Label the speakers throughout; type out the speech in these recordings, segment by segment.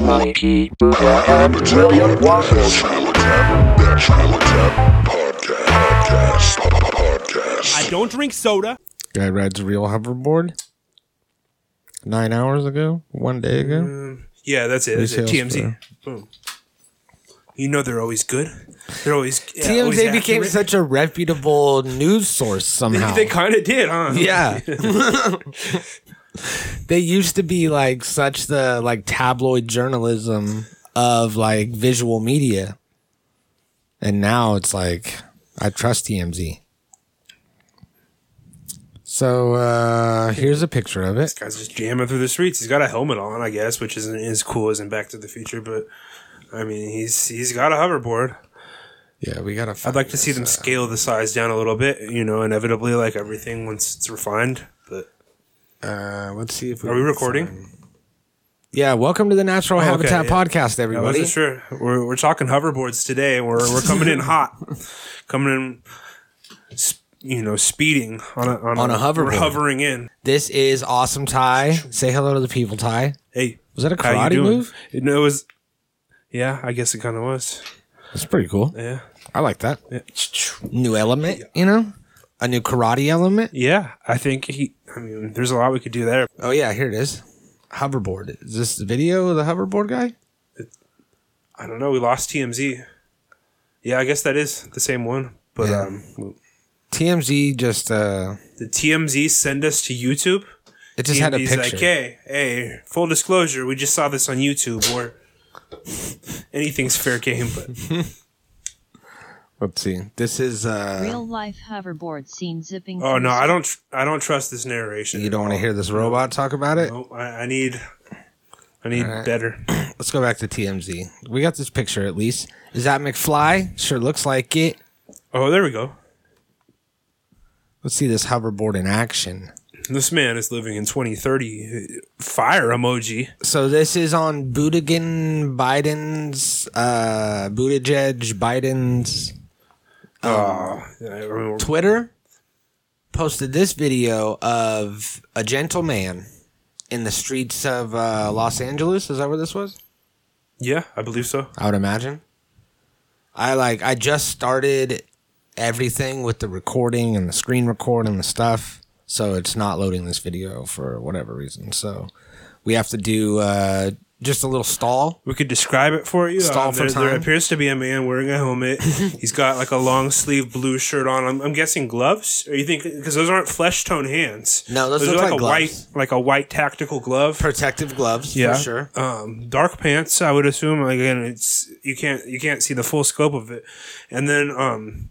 Speaker 1: Molly P. Buddha and William Waffles.
Speaker 2: That Trailer Tap Podcast. Podcast. Podcast.
Speaker 3: I don't drink soda.
Speaker 4: Guy rides a real hoverboard. Nine hours ago, one day ago.
Speaker 3: Yeah, that's it. That's it.
Speaker 4: sales
Speaker 3: TMZ.
Speaker 4: fair.
Speaker 3: Boom. You know they're always good. They're always yeah, always
Speaker 4: TMZ became
Speaker 3: accurate.
Speaker 4: such a reputable news source somehow.
Speaker 3: They kind of did, huh?
Speaker 4: yeah. they used to be like such the like tabloid journalism of like visual media. And now it's like I trust TMZ. So uh here's a picture of it.
Speaker 3: Guy's just jamming through the streets. He's got a helmet on, I guess, which isn't as cool as in Back to the Future, but I mean, he's he's got a hoverboard.
Speaker 4: Yeah, we got to
Speaker 3: I'd like to see them
Speaker 4: uh,
Speaker 3: scale the size down a little bit, you know, inevitably, like everything once it's refined. But
Speaker 4: Uh, let's see if
Speaker 3: are we recording?
Speaker 4: Yeah, welcome to the Natural
Speaker 3: Oh, okay,
Speaker 4: Habitat
Speaker 3: yeah.
Speaker 4: Podcast,
Speaker 3: I
Speaker 4: everybody.
Speaker 3: wasn't sure. We're, we're talking hoverboards today. We're, we're coming in hot, coming in, sp- you know, speeding on a, on,
Speaker 4: On a hoverboard.
Speaker 3: We're hovering in.
Speaker 4: This is Awesome Ty. Say hello to the people, Ty.
Speaker 3: Hey,
Speaker 4: Was that a
Speaker 3: how you
Speaker 4: karate
Speaker 3: doing?
Speaker 4: move?
Speaker 3: It, no, it was. Yeah, I guess it kind of was.
Speaker 4: That's pretty cool.
Speaker 3: Yeah.
Speaker 4: I like that.
Speaker 3: Yeah.
Speaker 4: New element, you know? A new karate element.
Speaker 3: Yeah, I think he. I mean, there's a lot we could do there.
Speaker 4: Oh, yeah, here it is. Hoverboard. Is this the video of the hoverboard guy?
Speaker 3: I don't know. We lost TMZ. Yeah, I guess that is the same one. But
Speaker 4: Yeah.
Speaker 3: um,
Speaker 4: TMZ just, uh,
Speaker 3: the TMZ send us to YouTube.
Speaker 4: it just had a
Speaker 3: TMZ's
Speaker 4: picture.
Speaker 3: like, hey, hey, full disclosure, we just saw this on YouTube. Or anything's fair game. But
Speaker 4: Let's see. This is, uh,
Speaker 5: Real life hoverboard scene zipping.
Speaker 3: oh
Speaker 5: through
Speaker 3: no, I don't. Tr- I don't trust this narration.
Speaker 4: you don't want to hear this robot talk about it?
Speaker 3: No, I, I need. I need
Speaker 4: right.
Speaker 3: better.
Speaker 4: Let's go back to TMZ. We got this picture at least. Is that McFly? Sure looks like it.
Speaker 3: Oh, there we go.
Speaker 4: Let's see this hoverboard in action.
Speaker 3: This man is living in 2030. Fire emoji.
Speaker 4: So this is on Budigan Biden's uh Buttigieg Biden's
Speaker 3: Yeah, I remember-
Speaker 4: Twitter posted this video of a gentleman in the streets of uh, Los Angeles. Is that where this was?
Speaker 3: Yeah, I believe so.
Speaker 4: I would imagine. I like I just started everything with the recording and the screen record and the stuff, so it's not loading this video for whatever reason. So we have to do uh just a little stall.
Speaker 3: We could describe it for you.
Speaker 4: Stall
Speaker 3: Um,
Speaker 4: for
Speaker 3: there, there
Speaker 4: time.
Speaker 3: appears to be a man wearing a helmet. He's got like a long sleeve blue shirt on. I'm, I'm guessing gloves. Or you think because those aren't flesh tone hands?
Speaker 4: No, those look
Speaker 3: are
Speaker 4: like
Speaker 3: a
Speaker 4: gloves.
Speaker 3: white like a white tactical glove.
Speaker 4: Protective gloves,
Speaker 3: yeah,
Speaker 4: for sure.
Speaker 3: Um, dark pants. I would assume. Like, Again, it's you can't you can't see the full scope of it. And then, um,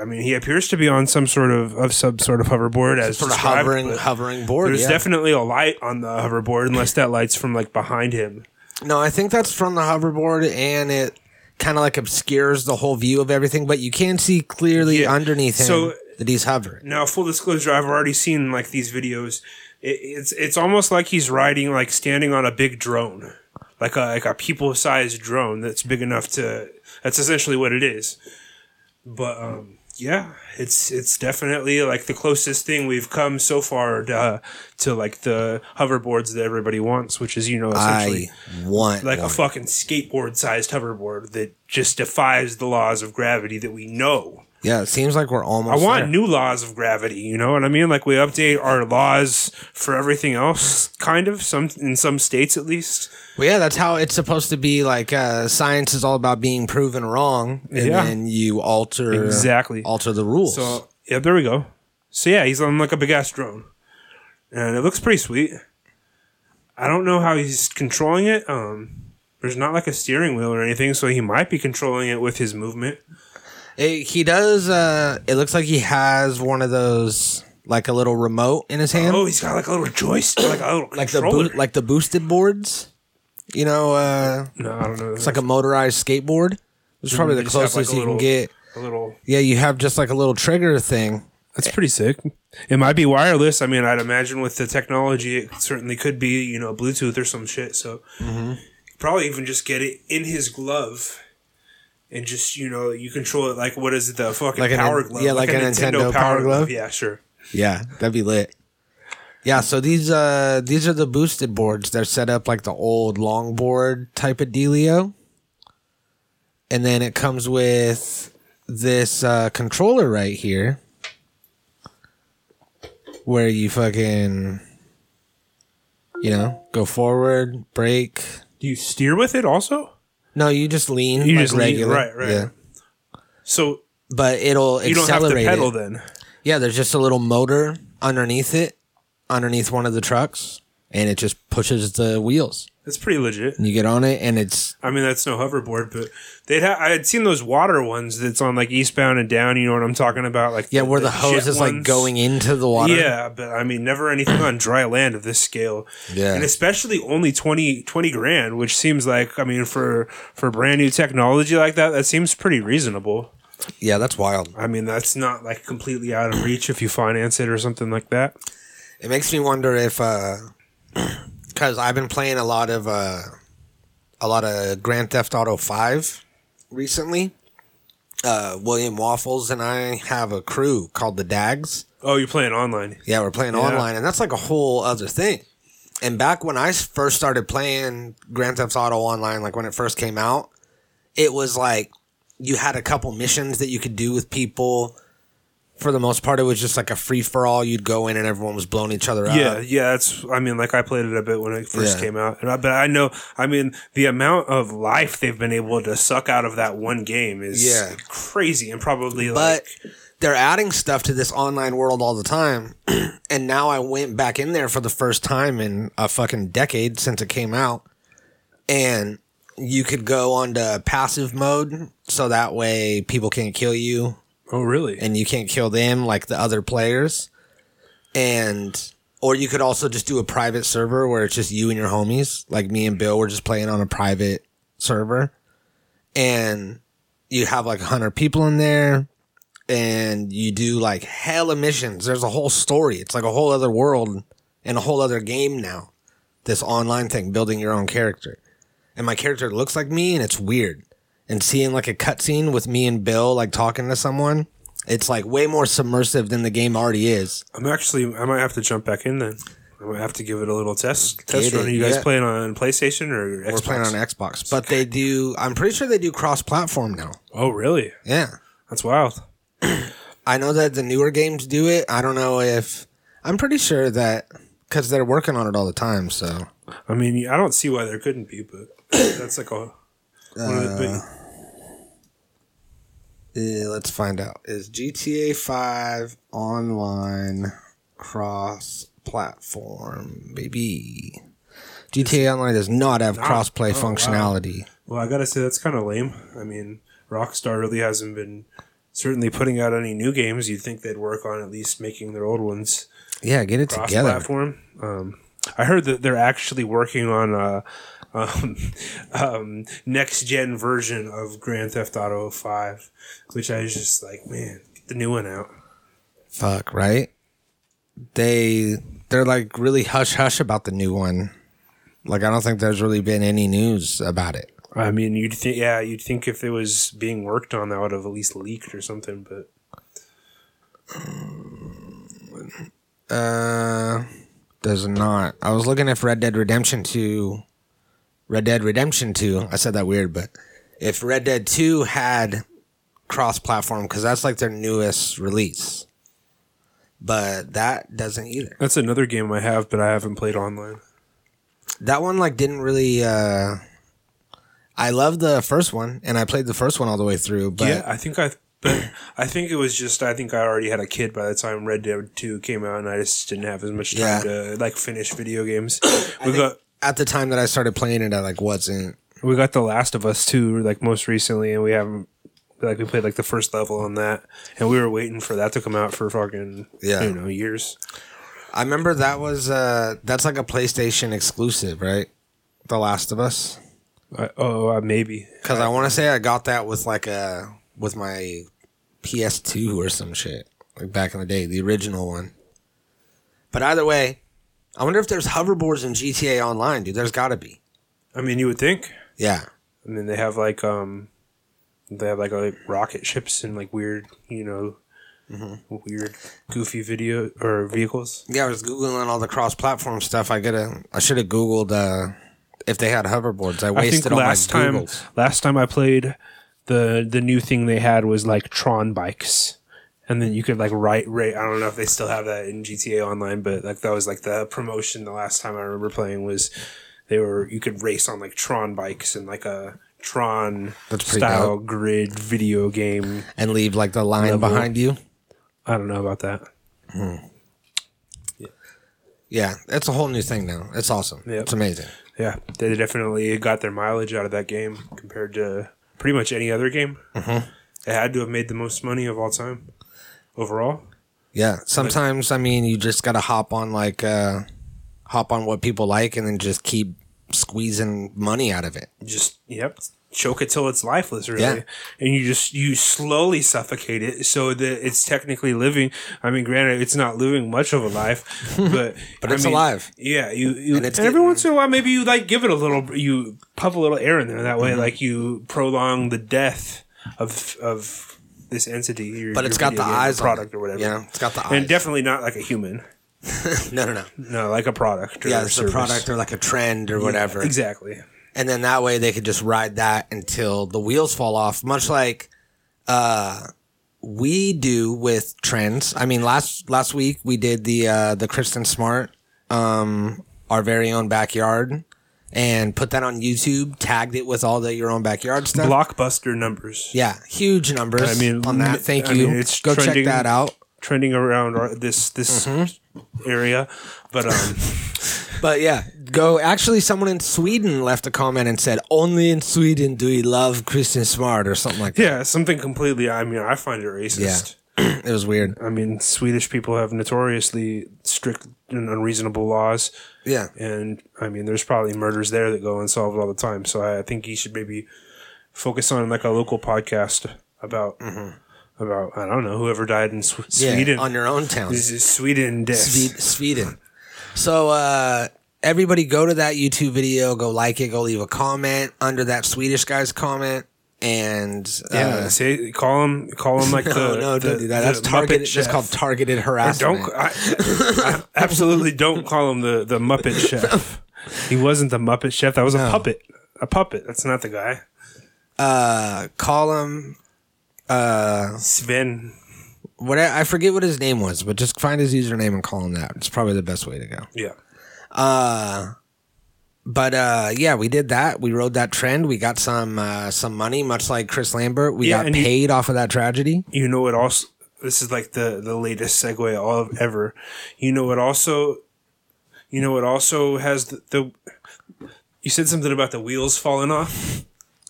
Speaker 3: I mean, he appears to be on some sort of of some sort of hoverboard as
Speaker 4: sort of
Speaker 3: described,
Speaker 4: hovering
Speaker 3: but
Speaker 4: hovering board.
Speaker 3: There's
Speaker 4: yeah.
Speaker 3: definitely a light on the hoverboard, unless that light's from like behind him.
Speaker 4: no, I think that's from the hoverboard, and it kind of like obscures the whole view of everything, but you can see clearly
Speaker 3: Yeah.
Speaker 4: underneath him
Speaker 3: So-
Speaker 4: that he's hovering.
Speaker 3: Now, full disclosure, I've already seen like these videos. It, it's it's almost like he's riding like standing on a big drone, like a like a people sized drone that's big enough to. That's essentially what it is. But um, yeah, it's it's definitely like the closest thing we've come so far to, uh, to like the hoverboards that everybody wants, which is you know essentially
Speaker 4: I want
Speaker 3: like
Speaker 4: one.
Speaker 3: a fucking skateboard sized hoverboard that just defies the laws of gravity that we know.
Speaker 4: yeah. It seems like we're
Speaker 3: I
Speaker 4: almost.
Speaker 3: want
Speaker 4: there.
Speaker 3: new laws of gravity. You know what I mean? Like we update our laws for everything else, kind of some in some states at least.
Speaker 4: Well, yeah, that's how it's supposed to be. Like uh, science is all about being proven wrong, and
Speaker 3: Yeah.
Speaker 4: then you alter
Speaker 3: Exactly.
Speaker 4: alter the rules.
Speaker 3: So yeah, there we go. So yeah, he's on like a big ass drone, and it looks pretty sweet. I don't know how he's controlling it. Um, there's not like a steering wheel or anything, so he might be controlling it with his movement.
Speaker 4: It- he does. Uh, it looks like he has one of those, like a little remote in his hand.
Speaker 3: Oh, he's got like a little joystick, like a little
Speaker 4: like the
Speaker 3: controller.
Speaker 4: boot, like the boosted boards. You know, uh,
Speaker 3: no, I don't know.
Speaker 4: it's like a motorized skateboard. It's probably
Speaker 3: they
Speaker 4: the
Speaker 3: Mm-hmm. just have, like,
Speaker 4: closest
Speaker 3: a
Speaker 4: you
Speaker 3: little-
Speaker 4: can get.
Speaker 3: a little.
Speaker 4: Yeah, you have just like a little trigger thing.
Speaker 3: That's pretty sick. It might be wireless. I mean, I'd imagine with the technology, it certainly could be, you know, Bluetooth or some shit. So
Speaker 4: Mm-hmm.
Speaker 3: probably even just get it in his glove and just, you know, you control it like what is it, the fucking
Speaker 4: Like an-
Speaker 3: power glove?
Speaker 4: yeah, like a Nintendo power glove.
Speaker 3: Yeah, sure.
Speaker 4: Yeah, that'd be lit. Yeah, so these uh these are the boosted boards. They're set up like the old longboard type of dealio. And then it comes with this uh controller right here where you fucking you know, go forward, brake.
Speaker 3: Do you steer with it also?
Speaker 4: No, you just lean
Speaker 3: You
Speaker 4: like
Speaker 3: just lean,
Speaker 4: regular.
Speaker 3: right, right. So
Speaker 4: But it'll
Speaker 3: you don't have to
Speaker 4: accelerate it.
Speaker 3: pedal then.
Speaker 4: Yeah, there's just a little motor underneath it, underneath one of the trucks, and it just pushes the wheels.
Speaker 3: That's pretty legit.
Speaker 4: And you get on it, and it's
Speaker 3: I mean, that's no hoverboard, but they'd ha- I had seen those water ones that's on like eastbound and down. You know what I'm talking about? Like
Speaker 4: yeah, where the,
Speaker 3: jet
Speaker 4: hose is like
Speaker 3: ones.
Speaker 4: going into the water.
Speaker 3: Yeah, but I mean, never anything on dry land of this scale.
Speaker 4: Yeah.
Speaker 3: and especially only 20, 20 grand, which seems like I mean for for brand new technology like that, that seems pretty reasonable.
Speaker 4: yeah, that's wild.
Speaker 3: I mean, that's not like completely out of reach if you finance it or something like that.
Speaker 4: It makes me wonder if, because I've been playing a lot of uh, a lot of Grand Theft Auto Five recently. Uh, William Waffles and I have a crew called the Dags.
Speaker 3: Oh, you're playing online.
Speaker 4: Yeah, we're playing online, and that's like a whole other thing. And back when I s- first started playing Grand Theft Auto Online, like when it first came out, it was like you had a couple missions that you could do with people. For the most part, it was just like a free for all. You'd go in and everyone was blowing each other
Speaker 3: Yeah,
Speaker 4: up.
Speaker 3: Uh, yeah, that's. I mean, like I played it a bit when it first
Speaker 4: Yeah.
Speaker 3: came out, and I, but I know. I mean, the amount of life they've been able to suck out of that one game is
Speaker 4: Yeah.
Speaker 3: crazy, and probably
Speaker 4: But
Speaker 3: like
Speaker 4: they're adding stuff to this online world all the time. and now I went back in there for the first time in a fucking decade since it came out. And you could go onto passive mode so that way people can't kill you
Speaker 3: oh really?
Speaker 4: and you can't kill them like the other players. And or you could also just do a private server where it's just you and your homies. Like me and Bill were just playing on a private server. And you have like 100 people in there and you do like hella missions. There's a whole story. It's like a whole other world and a whole other game now. This online thing, building your own character. And my character looks like me and it's weird. And seeing like a cutscene with me and Bill like talking to someone, it's like way more submersive than the game already is.
Speaker 3: I'm actually. I might have to jump back in then. I might have to give it a little test test
Speaker 4: Get it,
Speaker 3: run. Are you guys
Speaker 4: yeah.
Speaker 3: playing on PlayStation or Xbox?
Speaker 4: We're playing on Xbox. But they do, I'm pretty sure they do cross platform now.
Speaker 3: oh really?
Speaker 4: Yeah.
Speaker 3: That's wild.
Speaker 4: I know that the newer games do it. I don't know if, I'm pretty sure that, because they're working on it all the time. So
Speaker 3: I mean, I don't see why there couldn't be, but that's like a. one
Speaker 4: Uh,
Speaker 3: of the, but
Speaker 4: Yeah, eh, let's find out. Is GTA 5 online cross platform, baby? GTA Online does not have cross play functionality.
Speaker 3: Well, I gotta say that's kind of lame. I mean, Rockstar really hasn't been certainly putting out any new games. You'd think they'd work on at least making their old ones
Speaker 4: Yeah, get it together.
Speaker 3: cross-platform. Um, I heard that they're actually working on a um, um, next-gen version of Grand Theft Auto Five, which I was just like, man, get the new one out.
Speaker 4: Fuck, right? They they're like really hush hush about the new one. Like I don't think there's really been any news about it.
Speaker 3: I mean, you'd think, yeah, you'd think if it was being worked on, that would have at least leaked or something. But
Speaker 4: Uh, does not. I was looking if Red Dead Redemption 2, Red Dead Redemption 2, I said that weird, but if Red Dead 2 had cross platform, because that's like their newest release. But that doesn't either.
Speaker 3: that's another game I have, but I haven't played online.
Speaker 4: That one, like, didn't really. uh I loved the first one, and I played the first one all the way through, but
Speaker 3: yeah, I think I. But I think it was just I think I already had a kid by the time Red Dead Two came out, and I just didn't have as much time
Speaker 4: Yeah.
Speaker 3: to like finish video games. we got
Speaker 4: at the time that I started playing it, I like wasn't.
Speaker 3: we got The Last of Us Two like most recently, and we haven't like we played like the first level on that, and we were waiting for that to come out for fucking
Speaker 4: Yeah.
Speaker 3: you know years.
Speaker 4: I remember that was uh that's like a PlayStation exclusive, right? The Last of Us.
Speaker 3: I, oh, uh, maybe
Speaker 4: Because I want to say I got that with like a with my PS2 or some shit, like back in the day, the original one. But either way, I wonder if there's hoverboards in GTA Online, dude. There's got to be.
Speaker 3: I mean you would think.
Speaker 4: Yeah,
Speaker 3: I mean uh, they have like um they have like, like rocket ships and like weird you know weird, goofy video or vehicles.
Speaker 4: Yeah, I was googling all the cross-platform stuff. I gotta. I should have googled uh, if they had hoverboards. I
Speaker 3: I think
Speaker 4: wasted all
Speaker 3: last
Speaker 4: my
Speaker 3: time,
Speaker 4: Googles.
Speaker 3: last time I played, the the new thing they had was like Tron bikes, and then you could like ride. Right, I don't know if they still have that in GTA Online, but like that was like the promotion. The last time I remember playing was they were you could race on like Tron bikes and like a Tron
Speaker 4: That's pretty
Speaker 3: style grid video game.
Speaker 4: and leave like the line
Speaker 3: Level.
Speaker 4: behind you.
Speaker 3: I don't know about that.
Speaker 4: Yeah, that's a whole new thing now. It's awesome.
Speaker 3: Yep.
Speaker 4: It's amazing.
Speaker 3: Yeah, they definitely got their mileage out of that game compared to pretty much any other game.
Speaker 4: Mm-hmm.
Speaker 3: It had to have made the most money of all time overall.
Speaker 4: Yeah. Sometimes I mean, you just gotta hop on like uh, hop on what people like, and then just keep squeezing money out of it.
Speaker 3: just yep choke it till it's lifeless really
Speaker 4: Yeah.
Speaker 3: and you just you slowly suffocate it so that it's technically living i mean granted it's not living much of a life but
Speaker 4: But
Speaker 3: I
Speaker 4: it's
Speaker 3: mean,
Speaker 4: alive.
Speaker 3: yeah you, you and,
Speaker 4: it's
Speaker 3: every
Speaker 4: getting-
Speaker 3: once in a while maybe you like give it a little you puff a little air in there that
Speaker 4: Mm-hmm.
Speaker 3: way like you prolong the death of of this entity your,
Speaker 4: But it's
Speaker 3: your
Speaker 4: got
Speaker 3: video
Speaker 4: the
Speaker 3: game, your
Speaker 4: eyes on
Speaker 3: product
Speaker 4: it.
Speaker 3: or whatever
Speaker 4: Yeah, it's got the
Speaker 3: and
Speaker 4: eyes.
Speaker 3: definitely not like a human
Speaker 4: No, no, no.
Speaker 3: no like a product or
Speaker 4: Yeah, it's a
Speaker 3: service.
Speaker 4: product or like a trend or whatever.
Speaker 3: exactly
Speaker 4: and then that way they could just ride that until the wheels fall off much like uh we do with trends i mean last last week we did the uh the kristen smart um our very own backyard and put that on youtube tagged it with all the your own backyard stuff
Speaker 3: blockbuster numbers
Speaker 4: yeah huge numbers
Speaker 3: I mean,
Speaker 4: on that thank
Speaker 3: I
Speaker 4: you
Speaker 3: mean, it's
Speaker 4: go
Speaker 3: trending-
Speaker 4: check that out
Speaker 3: trending around our, this this
Speaker 4: Mm-hmm.
Speaker 3: area, but um,
Speaker 4: But yeah, go. Actually, someone in Sweden left a comment and said, "Only in Sweden do we love Kristen Smart" or something like that.
Speaker 3: yeah, something completely. I mean, I find it racist.
Speaker 4: It was weird.
Speaker 3: I mean, Swedish people have notoriously strict and unreasonable laws,
Speaker 4: Yeah,
Speaker 3: and I mean, there's probably murders there that go unsolved all the time. So I think you should maybe focus on like a local podcast about about I don't know whoever died in Sw-
Speaker 4: Mm-hmm. yeah.
Speaker 3: Sweden.
Speaker 4: on your own town.
Speaker 3: this is Sweden death.
Speaker 4: Swe- Sweden. So uh, everybody go to that YouTube video, go like it, go leave a comment under that Swedish guy's comment, and uh,
Speaker 3: Yeah, say call him call him like
Speaker 4: no,
Speaker 3: the
Speaker 4: no,
Speaker 3: the,
Speaker 4: don't do that.
Speaker 3: the
Speaker 4: That's
Speaker 3: Muppet
Speaker 4: targeted. That's
Speaker 3: Chef.
Speaker 4: called targeted harassment.
Speaker 3: Don't I, I absolutely don't call him the the Muppet Chef. He wasn't the Muppet Chef. That was a puppet. A puppet. That's not the guy.
Speaker 4: Uh, call him. uh,
Speaker 3: Sven.
Speaker 4: What I I forget what his name was, but just find his username and call him that. It's probably the best way to go.
Speaker 3: Yeah.
Speaker 4: But uh, yeah, we did that. We rode that trend. We got some uh, some money, much like Chris Lambert. We
Speaker 3: Yeah,
Speaker 4: got
Speaker 3: and you-
Speaker 4: paid off of that tragedy.
Speaker 3: You know what? Also, this is like the the latest segue all of ever. You know what? Also, you know what? Also has the, the you said something about the wheels falling off.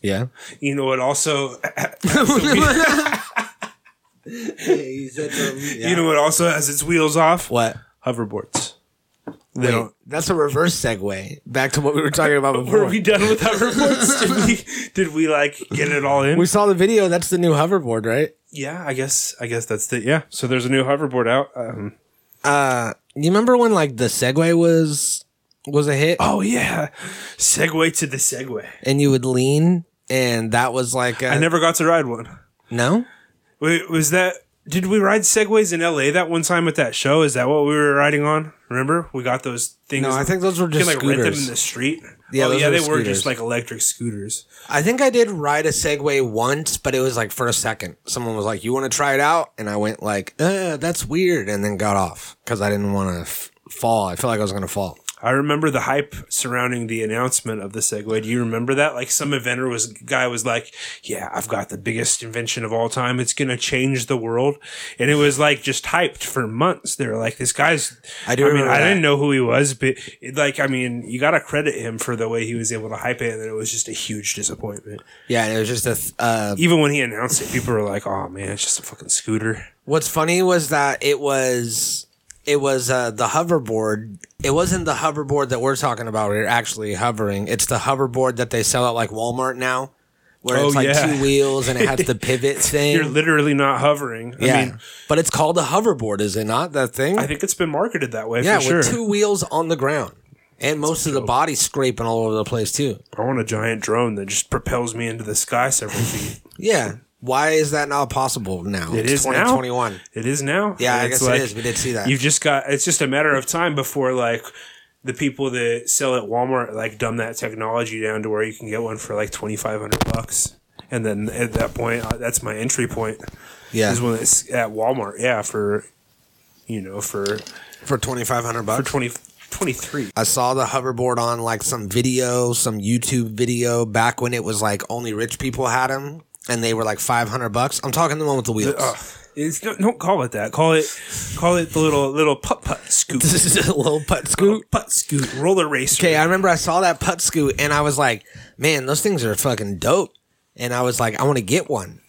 Speaker 4: Yeah.
Speaker 3: You know what? Also, you know what? Also has its wheels off.
Speaker 4: what?
Speaker 3: Hoverboards. They
Speaker 4: Wait,
Speaker 3: don't-
Speaker 4: that's a reverse segue back to what we were talking about
Speaker 3: Were
Speaker 4: before.
Speaker 3: we
Speaker 4: We,
Speaker 3: done with hoverboards? did we did we like get it all in?
Speaker 4: saw the video. That's the new hoverboard, right?
Speaker 3: yeah, I guess I guess that's the yeah. So there's a new hoverboard out. Um,
Speaker 4: Uh, You remember when like the Segway was was a hit,
Speaker 3: oh yeah, Segway to the Segway.
Speaker 4: and you would lean, and that was like
Speaker 3: I
Speaker 4: a,
Speaker 3: never got to ride one.
Speaker 4: no.
Speaker 3: Wait, was that? Did we ride Segways in L.A. that one time at that show? Is that what we were riding on? Remember, we got those things.
Speaker 4: No, I think those were
Speaker 3: you can,
Speaker 4: just
Speaker 3: like rent them
Speaker 4: scooters.
Speaker 3: in the street.
Speaker 4: Yeah,
Speaker 3: oh,
Speaker 4: those
Speaker 3: yeah,
Speaker 4: were
Speaker 3: they were just
Speaker 4: scooters.
Speaker 3: like electric scooters.
Speaker 4: I think I did ride a Segway once, but it was like for a second. Someone was like, "You want to try it out?" And I went like, uh, "That's weird," and then got off because I didn't want to f- fall. I felt like I was gonna fall.
Speaker 3: I remember the hype surrounding the announcement of the Segway. Do you remember that? Like some inventor was guy was like, "Yeah, I've got the biggest invention of all time. It's gonna change the world," and it was like just hyped for months. They were like, "This guy's."
Speaker 4: I do
Speaker 3: I mean,
Speaker 4: remember
Speaker 3: I
Speaker 4: that.
Speaker 3: didn't know who he was, but it, like, I mean, you gotta credit him for the way he was able to hype it, and then it was just a huge disappointment.
Speaker 4: Yeah, and it was just a. Th- uh,
Speaker 3: Even when he announced it, people were like, "Oh man, it's just a fucking scooter."
Speaker 4: what's funny was that it was it was uh, the hoverboard. It wasn't the hoverboard that we're talking about. We're actually hovering. It's the hoverboard that they sell at like Walmart now, where
Speaker 3: Oh,
Speaker 4: it's like
Speaker 3: yeah.
Speaker 4: two wheels and it has the pivot thing.
Speaker 3: You're literally not hovering. I
Speaker 4: yeah,
Speaker 3: mean,
Speaker 4: but it's called a hoverboard, is it not? That thing.
Speaker 3: I think it's been marketed that way
Speaker 4: Yeah,
Speaker 3: for sure.
Speaker 4: with two wheels on the ground. And most of the body scraping all over the place too.
Speaker 3: I want a giant drone that just propels me into the sky several feet.
Speaker 4: Yeah. Why is that not possible now?
Speaker 3: It
Speaker 4: it's
Speaker 3: is now.
Speaker 4: 2021.
Speaker 3: It is now.
Speaker 4: Yeah, I
Speaker 3: It's
Speaker 4: guess it is. We did see that.
Speaker 3: You've just got. It's just a matter of time before like the people that sell at Walmart like dumb that technology down to where you can get one for like twenty five hundred bucks, and then at that point, uh, that's my entry point.
Speaker 4: Yeah,
Speaker 3: Is when it's at Walmart. Yeah, for you know for
Speaker 4: for 2500 bucks.
Speaker 3: for 20, 23.
Speaker 4: I saw the hoverboard on like some video, some YouTube video back when it was like only rich people had them and they were like 500 bucks. I'm talking the one with the wheels.
Speaker 3: Uh, it's don't, don't call it that. Call it call it the little little putt putt scoot
Speaker 4: is a little putt
Speaker 3: Little putt scoot roller racer.
Speaker 4: Okay, I remember I saw that putt scoot and I was like, man, those things are fucking dope. And I was like, I want to get one.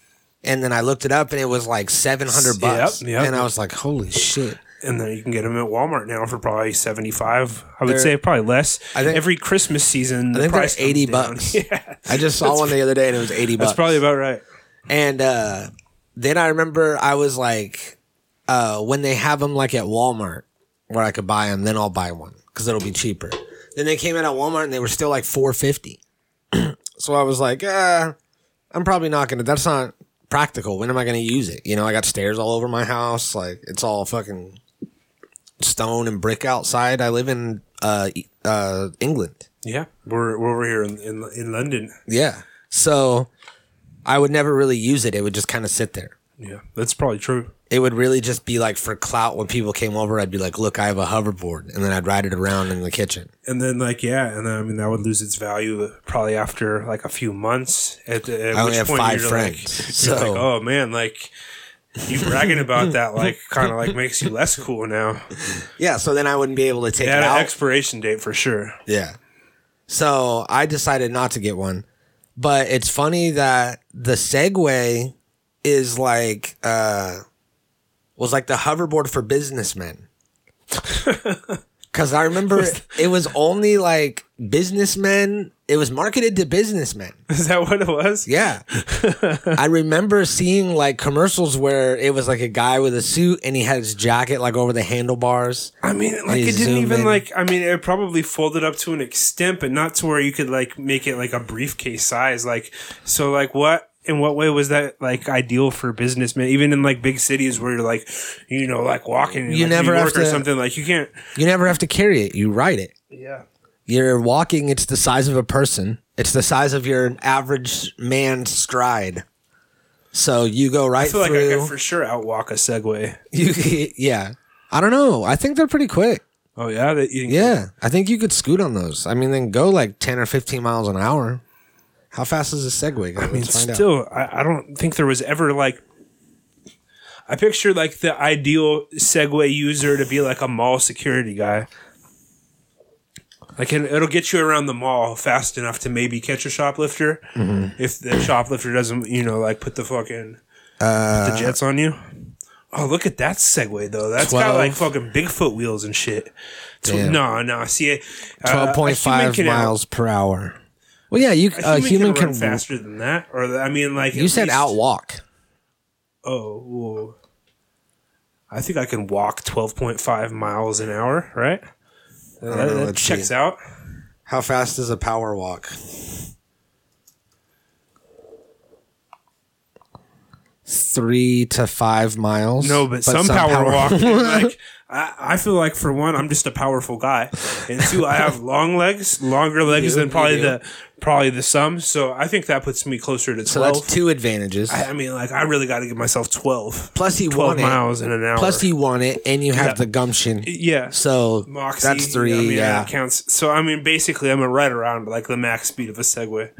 Speaker 4: And then I looked it up and it was like 700
Speaker 3: Yep,
Speaker 4: bucks.
Speaker 3: yep.
Speaker 4: And I was like, holy shit.
Speaker 3: and then you can get them at Walmart now for probably seventy five. I would
Speaker 4: They're-
Speaker 3: say probably less.
Speaker 4: I think-
Speaker 3: every Christmas season, the
Speaker 4: I think they're
Speaker 3: price comes
Speaker 4: 80
Speaker 3: down.
Speaker 4: bucks.
Speaker 3: Yeah,
Speaker 4: I just saw one the other day and it was 80 bucks.
Speaker 3: that's probably about right.
Speaker 4: And uh, then I remember I was like, uh, when they have them like at Walmart where I could buy them, then I'll buy one because it'll be cheaper. Then they came out at Walmart and they were still like four fifty. so I was like, uh, I'm probably not gonna. That's not practical. When am I gonna use it? You know, I got stairs all over my house. Like it's all fucking stone and brick outside. I live in uh, E- uh, England.
Speaker 3: Yeah, we're we're over here in in, in London.
Speaker 4: Yeah, so I would never really use it. It would just kind of sit there.
Speaker 3: Yeah, that's probably true.
Speaker 4: it would really just be like for clout when people came over i'd be like look i have a hoverboard and then i'd ride it around in the kitchen
Speaker 3: And then like yeah, and then, I mean that would lose its value uh, probably after like a few months. At, the, at
Speaker 4: I only
Speaker 3: which
Speaker 4: have
Speaker 3: point
Speaker 4: five
Speaker 3: you're
Speaker 4: friends,
Speaker 3: Like, you're
Speaker 4: so-
Speaker 3: like, oh man, like you bragging about that like kind of like makes you less cool now.
Speaker 4: yeah so then i wouldn't be able to take
Speaker 3: It
Speaker 4: it
Speaker 3: had
Speaker 4: out
Speaker 3: an expiration date for sure.
Speaker 4: yeah so i decided not to get one but it's funny that the segway is like uh was like the hoverboard for businessmen because i remember it was only like businessmen it was marketed to businessmen
Speaker 3: Is that what it was?
Speaker 4: Yeah. I remember seeing like commercials where it was like a guy with a suit and he had his jacket like over the handlebars.
Speaker 3: I mean, like
Speaker 4: you
Speaker 3: it didn't
Speaker 4: zoom
Speaker 3: even
Speaker 4: in.
Speaker 3: like. I mean, it probably folded up to an extent, but not to where you could like make it like a briefcase size. Like so, like what in what way was that like ideal for businessmen? Even in like big cities where you're like, you know, like walking, in,
Speaker 4: You
Speaker 3: like,
Speaker 4: never
Speaker 3: New
Speaker 4: have
Speaker 3: York or
Speaker 4: to-
Speaker 3: something. Like you can't.
Speaker 4: You never have to carry it, you ride it.
Speaker 3: Yeah.
Speaker 4: You're walking, it's the size of a person, it's the size of your average man's stride. So you go right
Speaker 3: I feel like
Speaker 4: through.
Speaker 3: I could for sure outwalk a Segway.
Speaker 4: you, yeah. I don't know. I think they're pretty quick.
Speaker 3: Oh yeah, that you,
Speaker 4: Yeah. I think you could scoot on those. I mean, then go like 10 or 15 miles an hour. How fast is a Segway?
Speaker 3: I mean, still, I, I don't think there was ever like. I picture like the ideal Segway user to be like a mall security guy. Like it- it'll get you around the mall fast enough to maybe catch a shoplifter
Speaker 4: Mm-hmm.
Speaker 3: if the shoplifter doesn't, you know, like put the fucking put
Speaker 4: Uh,
Speaker 3: the jets on you. Oh, look at that Segway though. That's got like
Speaker 4: 12.
Speaker 3: fucking Bigfoot wheels and shit. Tw-
Speaker 4: Damn.
Speaker 3: no, no. See, uh, a human
Speaker 4: twelve point five
Speaker 3: can out-
Speaker 4: miles per hour. Well, yeah, you
Speaker 3: A
Speaker 4: a
Speaker 3: human,
Speaker 4: human
Speaker 3: can,
Speaker 4: can.
Speaker 3: run faster than that, or the- I mean, like
Speaker 4: you
Speaker 3: at
Speaker 4: said
Speaker 3: least-
Speaker 4: outwalk.
Speaker 3: Oh, well, I think I can walk 12.5 miles an hour, right? That,
Speaker 4: know,
Speaker 3: that
Speaker 4: let's
Speaker 3: checks
Speaker 4: see.
Speaker 3: out.
Speaker 4: How fast is a power walk? Three to five miles.
Speaker 3: No, but, some, power, walk. like I, I feel like for one, I'm just a powerful guy, and two, I have long legs, longer legs
Speaker 4: do,
Speaker 3: than probably
Speaker 4: you do.
Speaker 3: the probably the sum. So I think that puts me closer to
Speaker 4: So
Speaker 3: 12.
Speaker 4: that's two advantages.
Speaker 3: I, I mean, like I really got to give myself 12.
Speaker 4: plus you
Speaker 3: 12
Speaker 4: want
Speaker 3: miles
Speaker 4: it.
Speaker 3: in an hour.
Speaker 4: Plus you want it, and you have
Speaker 3: Yeah.
Speaker 4: the gumption.
Speaker 3: yeah.
Speaker 4: So
Speaker 3: Moxie,
Speaker 4: that's three.
Speaker 3: I mean,
Speaker 4: yeah,
Speaker 3: that counts. So I mean, basically, I'm right around like the max speed of a Segway.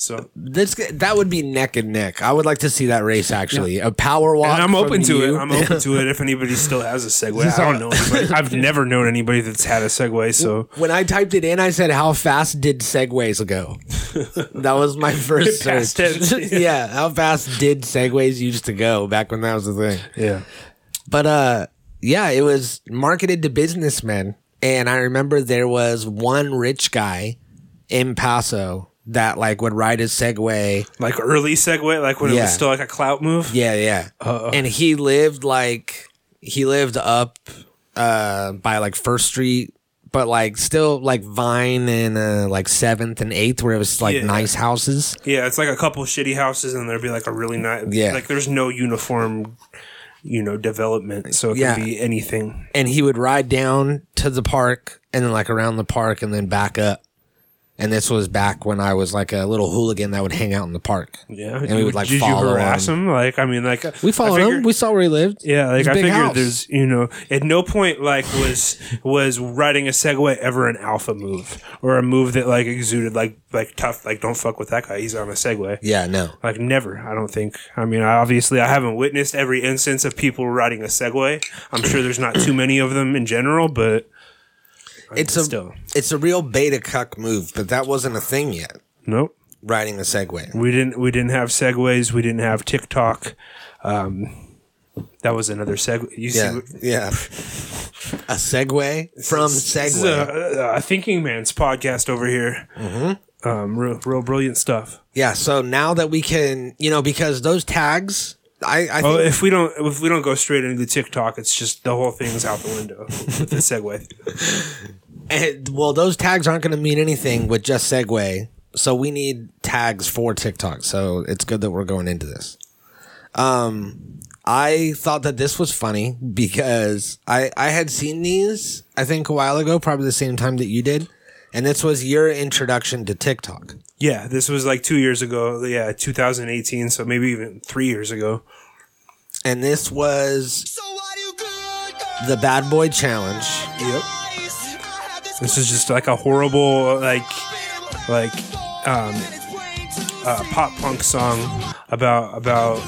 Speaker 3: So
Speaker 4: this that would be neck and neck. I would like to see that race actually. A power walk.
Speaker 3: And I'm open to it. I'm
Speaker 4: open.
Speaker 3: open to it if anybody still has a Segway. I don't know. Anybody. I've never known anybody that's had a Segway. So
Speaker 4: When I typed it in, I said, "How fast did segways go?" that was my first
Speaker 3: Past
Speaker 4: search.
Speaker 3: tense.
Speaker 4: yeah, how fast did segways used to go back when that was a thing?
Speaker 3: yeah,
Speaker 4: But uh, yeah, it was marketed to businessmen, and I remember there was one rich guy in Paso that like would ride his segway.
Speaker 3: like early Segway, like when it
Speaker 4: Yeah.
Speaker 3: was still like a clout move.
Speaker 4: Yeah, yeah. And he lived like he lived up uh by like First Street but like still like Vine and uh, like Seventh and Eighth, where it was like
Speaker 3: Yeah.
Speaker 4: nice houses.
Speaker 3: Yeah, it's like a couple shitty houses, and there'd be like a really nice.
Speaker 4: Yeah.
Speaker 3: like there's no uniform, you know, development, so it
Speaker 4: Yeah.
Speaker 3: could be anything.
Speaker 4: and he would ride down to the park and then like around the park and then back up. And this was back when I was like a little hooligan that would hang out in the park.
Speaker 3: Yeah,
Speaker 4: and we would like
Speaker 3: did
Speaker 4: follow
Speaker 3: you harass
Speaker 4: him.
Speaker 3: him? Like, I mean, like
Speaker 4: We
Speaker 3: I
Speaker 4: followed
Speaker 3: figure-
Speaker 4: him. We saw where he lived.
Speaker 3: Yeah, like
Speaker 4: It's a
Speaker 3: I
Speaker 4: big
Speaker 3: figured
Speaker 4: house.
Speaker 3: there's you know at no point like was was riding a Segway ever an alpha move or a move that like exuded like like tough like don't fuck with that guy he's on a Segway
Speaker 4: Yeah, no.
Speaker 3: like never I don't think I mean I obviously I haven't witnessed every instance of people riding a Segway I'm sure there's not too many of them in general but I mean,
Speaker 4: It's a
Speaker 3: still
Speaker 4: it's a real beta cuck move, but that wasn't a thing yet.
Speaker 3: nope
Speaker 4: Riding a Segway.
Speaker 3: we didn't we didn't have Segways we didn't have TikTok um that was another Segway you
Speaker 4: Yeah,
Speaker 3: see
Speaker 4: yeah. A Segway from
Speaker 3: This is a,
Speaker 4: Segway.
Speaker 3: a- a thinking man's podcast over here.
Speaker 4: Mm-hmm.
Speaker 3: Um, real, real brilliant stuff.
Speaker 4: Yeah. So now that we can, you know, because those tags, I, I think
Speaker 3: Oh, if we don't, if we don't go straight into TikTok, it's just the whole thing's out the window with the segue.
Speaker 4: And, eh, well, those tags aren't going to mean anything with just Segway. So we need tags for TikTok. So it's good that we're going into this. Um, I thought that this was funny because I, I had seen these, I think a while ago, probably the same time that you did. And this was your introduction to TikTok.
Speaker 3: Yeah, this was like two years ago. Yeah, 2018, so maybe even three years ago.
Speaker 4: And this was the Bad Boy Challenge.
Speaker 3: Yep. This is just like a horrible, like, like, um, uh, pop punk song about about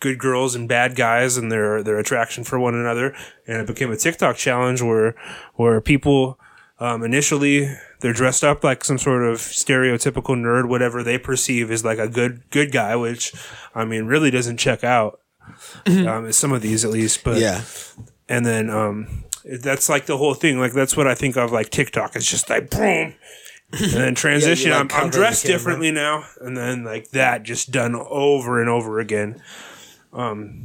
Speaker 3: good girls and bad guys and their their attraction for one another, and it became a TikTok challenge where where people um, initially they're dressed up like some sort of stereotypical nerd, whatever they perceive is like a good good guy, which I mean really doesn't check out. um, some of these at least, but
Speaker 4: Yeah.
Speaker 3: and then um that's like the whole thing like that's what i think of like tiktok it's just like boom and then transition
Speaker 4: like,
Speaker 3: I'm,
Speaker 4: cover
Speaker 3: I'm
Speaker 4: the
Speaker 3: dressed
Speaker 4: camera.
Speaker 3: differently now and then like that just done over and over again um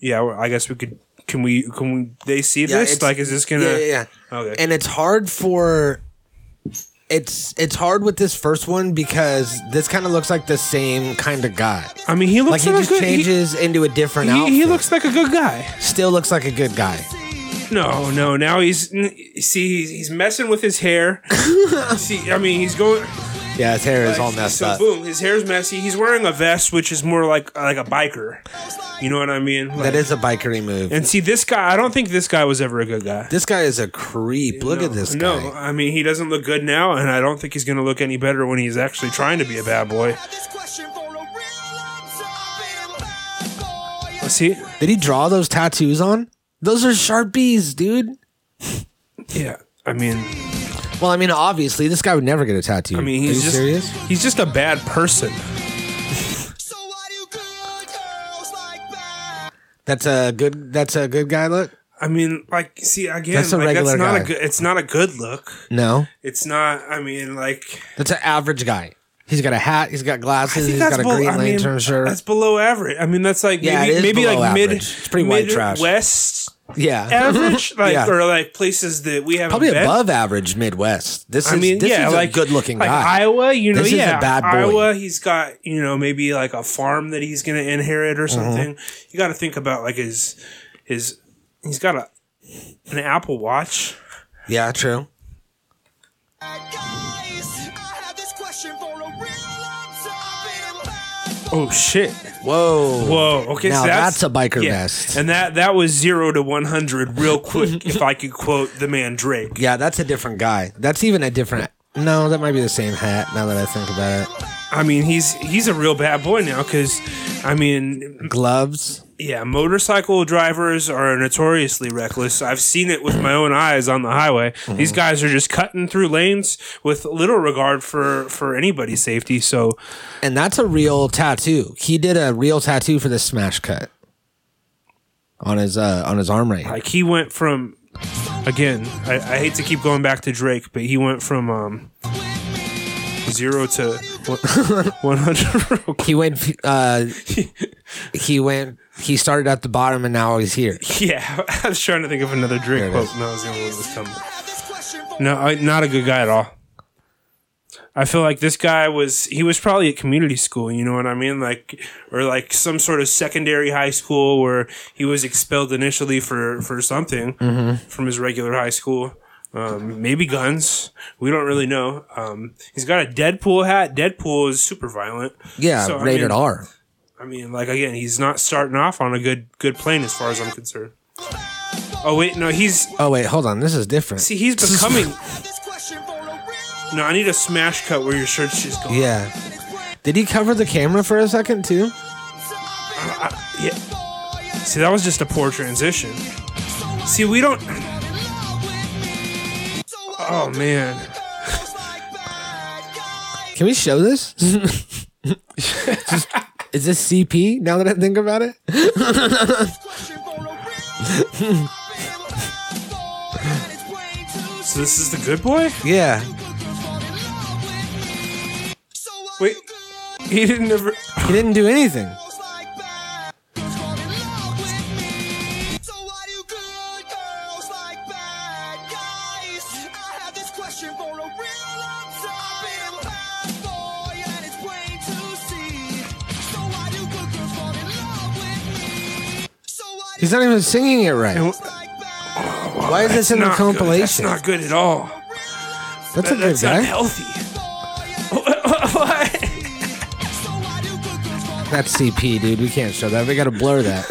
Speaker 3: yeah well, i guess we could can we can we, they see this
Speaker 4: it's-
Speaker 3: like is this gonna
Speaker 4: yeah, yeah, yeah.
Speaker 3: Okay.
Speaker 4: And it's hard for it's it's hard with this first one because this kind of looks like the same kind of guy.
Speaker 3: i mean he
Speaker 4: Like
Speaker 3: looks
Speaker 4: he
Speaker 3: like,
Speaker 4: just
Speaker 3: a good he,
Speaker 4: changes into a different
Speaker 3: he,
Speaker 4: outfit.
Speaker 3: he looks like a good guy
Speaker 4: still looks like a good guy.
Speaker 3: No, no. Now he's n- see he's, he's messing with his hair. see, I mean he's going.
Speaker 4: Yeah, his hair is all messed
Speaker 3: so
Speaker 4: up.
Speaker 3: boom, his hair's messy. He's wearing a vest, which is more like like a biker. You know what I mean? Like-
Speaker 4: That is a bikery move.
Speaker 3: and see, this guy, I don't think this guy was ever a good guy.
Speaker 4: this guy is a creep. Look at
Speaker 3: No,
Speaker 4: this guy.
Speaker 3: No, I mean he doesn't look good now, and I don't think he's gonna look any better when he's actually trying to be a bad boy. See,
Speaker 4: Did he draw those tattoos on? Those are sharpies, dude.
Speaker 3: yeah. I mean,
Speaker 4: Well, I mean, obviously, this guy would never get a tattoo.
Speaker 3: I mean,
Speaker 4: are you
Speaker 3: he's just
Speaker 4: serious?
Speaker 3: he's just a bad person.
Speaker 4: That's a good. That's a good guy look.
Speaker 3: I mean, like, see, again,
Speaker 4: That's a
Speaker 3: like,
Speaker 4: regular
Speaker 3: that's not
Speaker 4: guy.
Speaker 3: a good. It's not a good look.
Speaker 4: No,
Speaker 3: It's not. I mean, like,
Speaker 4: That's an average guy. He's got a hat. He's got
Speaker 3: I
Speaker 4: glasses.
Speaker 3: think
Speaker 4: He's
Speaker 3: that's
Speaker 4: got a
Speaker 3: bel-
Speaker 4: Green
Speaker 3: I mean,
Speaker 4: Lantern
Speaker 3: That's
Speaker 4: shirt.
Speaker 3: below average. I mean, that's like
Speaker 4: Yeah,
Speaker 3: maybe,
Speaker 4: it is
Speaker 3: maybe
Speaker 4: below
Speaker 3: like mid,
Speaker 4: average. It's pretty white trash.
Speaker 3: West
Speaker 4: Yeah,
Speaker 3: average, like
Speaker 4: Yeah.
Speaker 3: or like places that we have
Speaker 4: probably above average Midwest. This is
Speaker 3: I mean,
Speaker 4: this
Speaker 3: yeah,
Speaker 4: is
Speaker 3: like
Speaker 4: a good looking
Speaker 3: like
Speaker 4: guy.
Speaker 3: Iowa, you know,
Speaker 4: This is a
Speaker 3: yeah,
Speaker 4: bad boy.
Speaker 3: Iowa. He's got you know maybe like a farm that he's going to inherit or
Speaker 4: Mm-hmm.
Speaker 3: something. You got to think about like his his he's got a an Apple Watch.
Speaker 4: yeah, true.
Speaker 3: Oh shit!
Speaker 4: Whoa,
Speaker 3: Whoa. Okay,
Speaker 4: Now
Speaker 3: so
Speaker 4: that's a biker vest.
Speaker 3: and that that was zero to one hundred real quick. if I could quote the man Drake.
Speaker 4: Yeah, that's a different guy. That's even a different. No, that might be the same hat. Now that I think about it,
Speaker 3: I mean, he's he's a real bad boy now because, I mean,
Speaker 4: gloves.
Speaker 3: yeah, motorcycle drivers are notoriously reckless. I've seen it with my own eyes on the highway.
Speaker 4: Mm-hmm.
Speaker 3: These guys are just cutting through lanes with little regard for for anybody's safety. So,
Speaker 4: And that's a real tattoo. He did a real tattoo for the smash cut on his uh on his arm right here.
Speaker 3: like, he went from again. I, I hate to keep going back to Drake, but he went from um zero to one hundred.
Speaker 4: He went uh he went. He started at the bottom and now he's here.
Speaker 3: Yeah, I was trying to think of another Drake
Speaker 4: There it
Speaker 3: quote, and that was the only one that was coming. No, I, not a good guy at all. I feel like this guy was he was probably at community school, you know what I mean? Like or like some sort of secondary high school where he was expelled initially for for something from his regular high school. Um, maybe guns. We don't really know. Um, he's got a Deadpool hat. Deadpool is super violent.
Speaker 4: Yeah,
Speaker 3: So, I
Speaker 4: rated
Speaker 3: mean-
Speaker 4: R.
Speaker 3: I mean, like again, he's not starting off on a good good plane as far as I'm concerned. Oh wait, no, he's
Speaker 4: Oh wait, hold on. This is different.
Speaker 3: see he's becoming. No, I need a smash cut where your shirt's just gone.
Speaker 4: yeah. Did he cover the camera for a second too?
Speaker 3: Uh, yeah. See, that was just a poor transition. See, we don't. Oh man,
Speaker 4: Can we show this? Just- is this CP? Now that I think about it,
Speaker 3: so this is the good boy?
Speaker 4: yeah.
Speaker 3: Wait, he didn't ever.
Speaker 4: He didn't do anything. He's not even singing it right.
Speaker 3: And wh-
Speaker 4: Why is this in the
Speaker 3: not good. That's
Speaker 4: compilation?
Speaker 3: not good at all.
Speaker 4: That's,
Speaker 3: Oh. That- Oh. that's
Speaker 4: a good guy.
Speaker 3: unhealthy. what?
Speaker 4: That's CP, dude. We can't show that. We gotta blur that.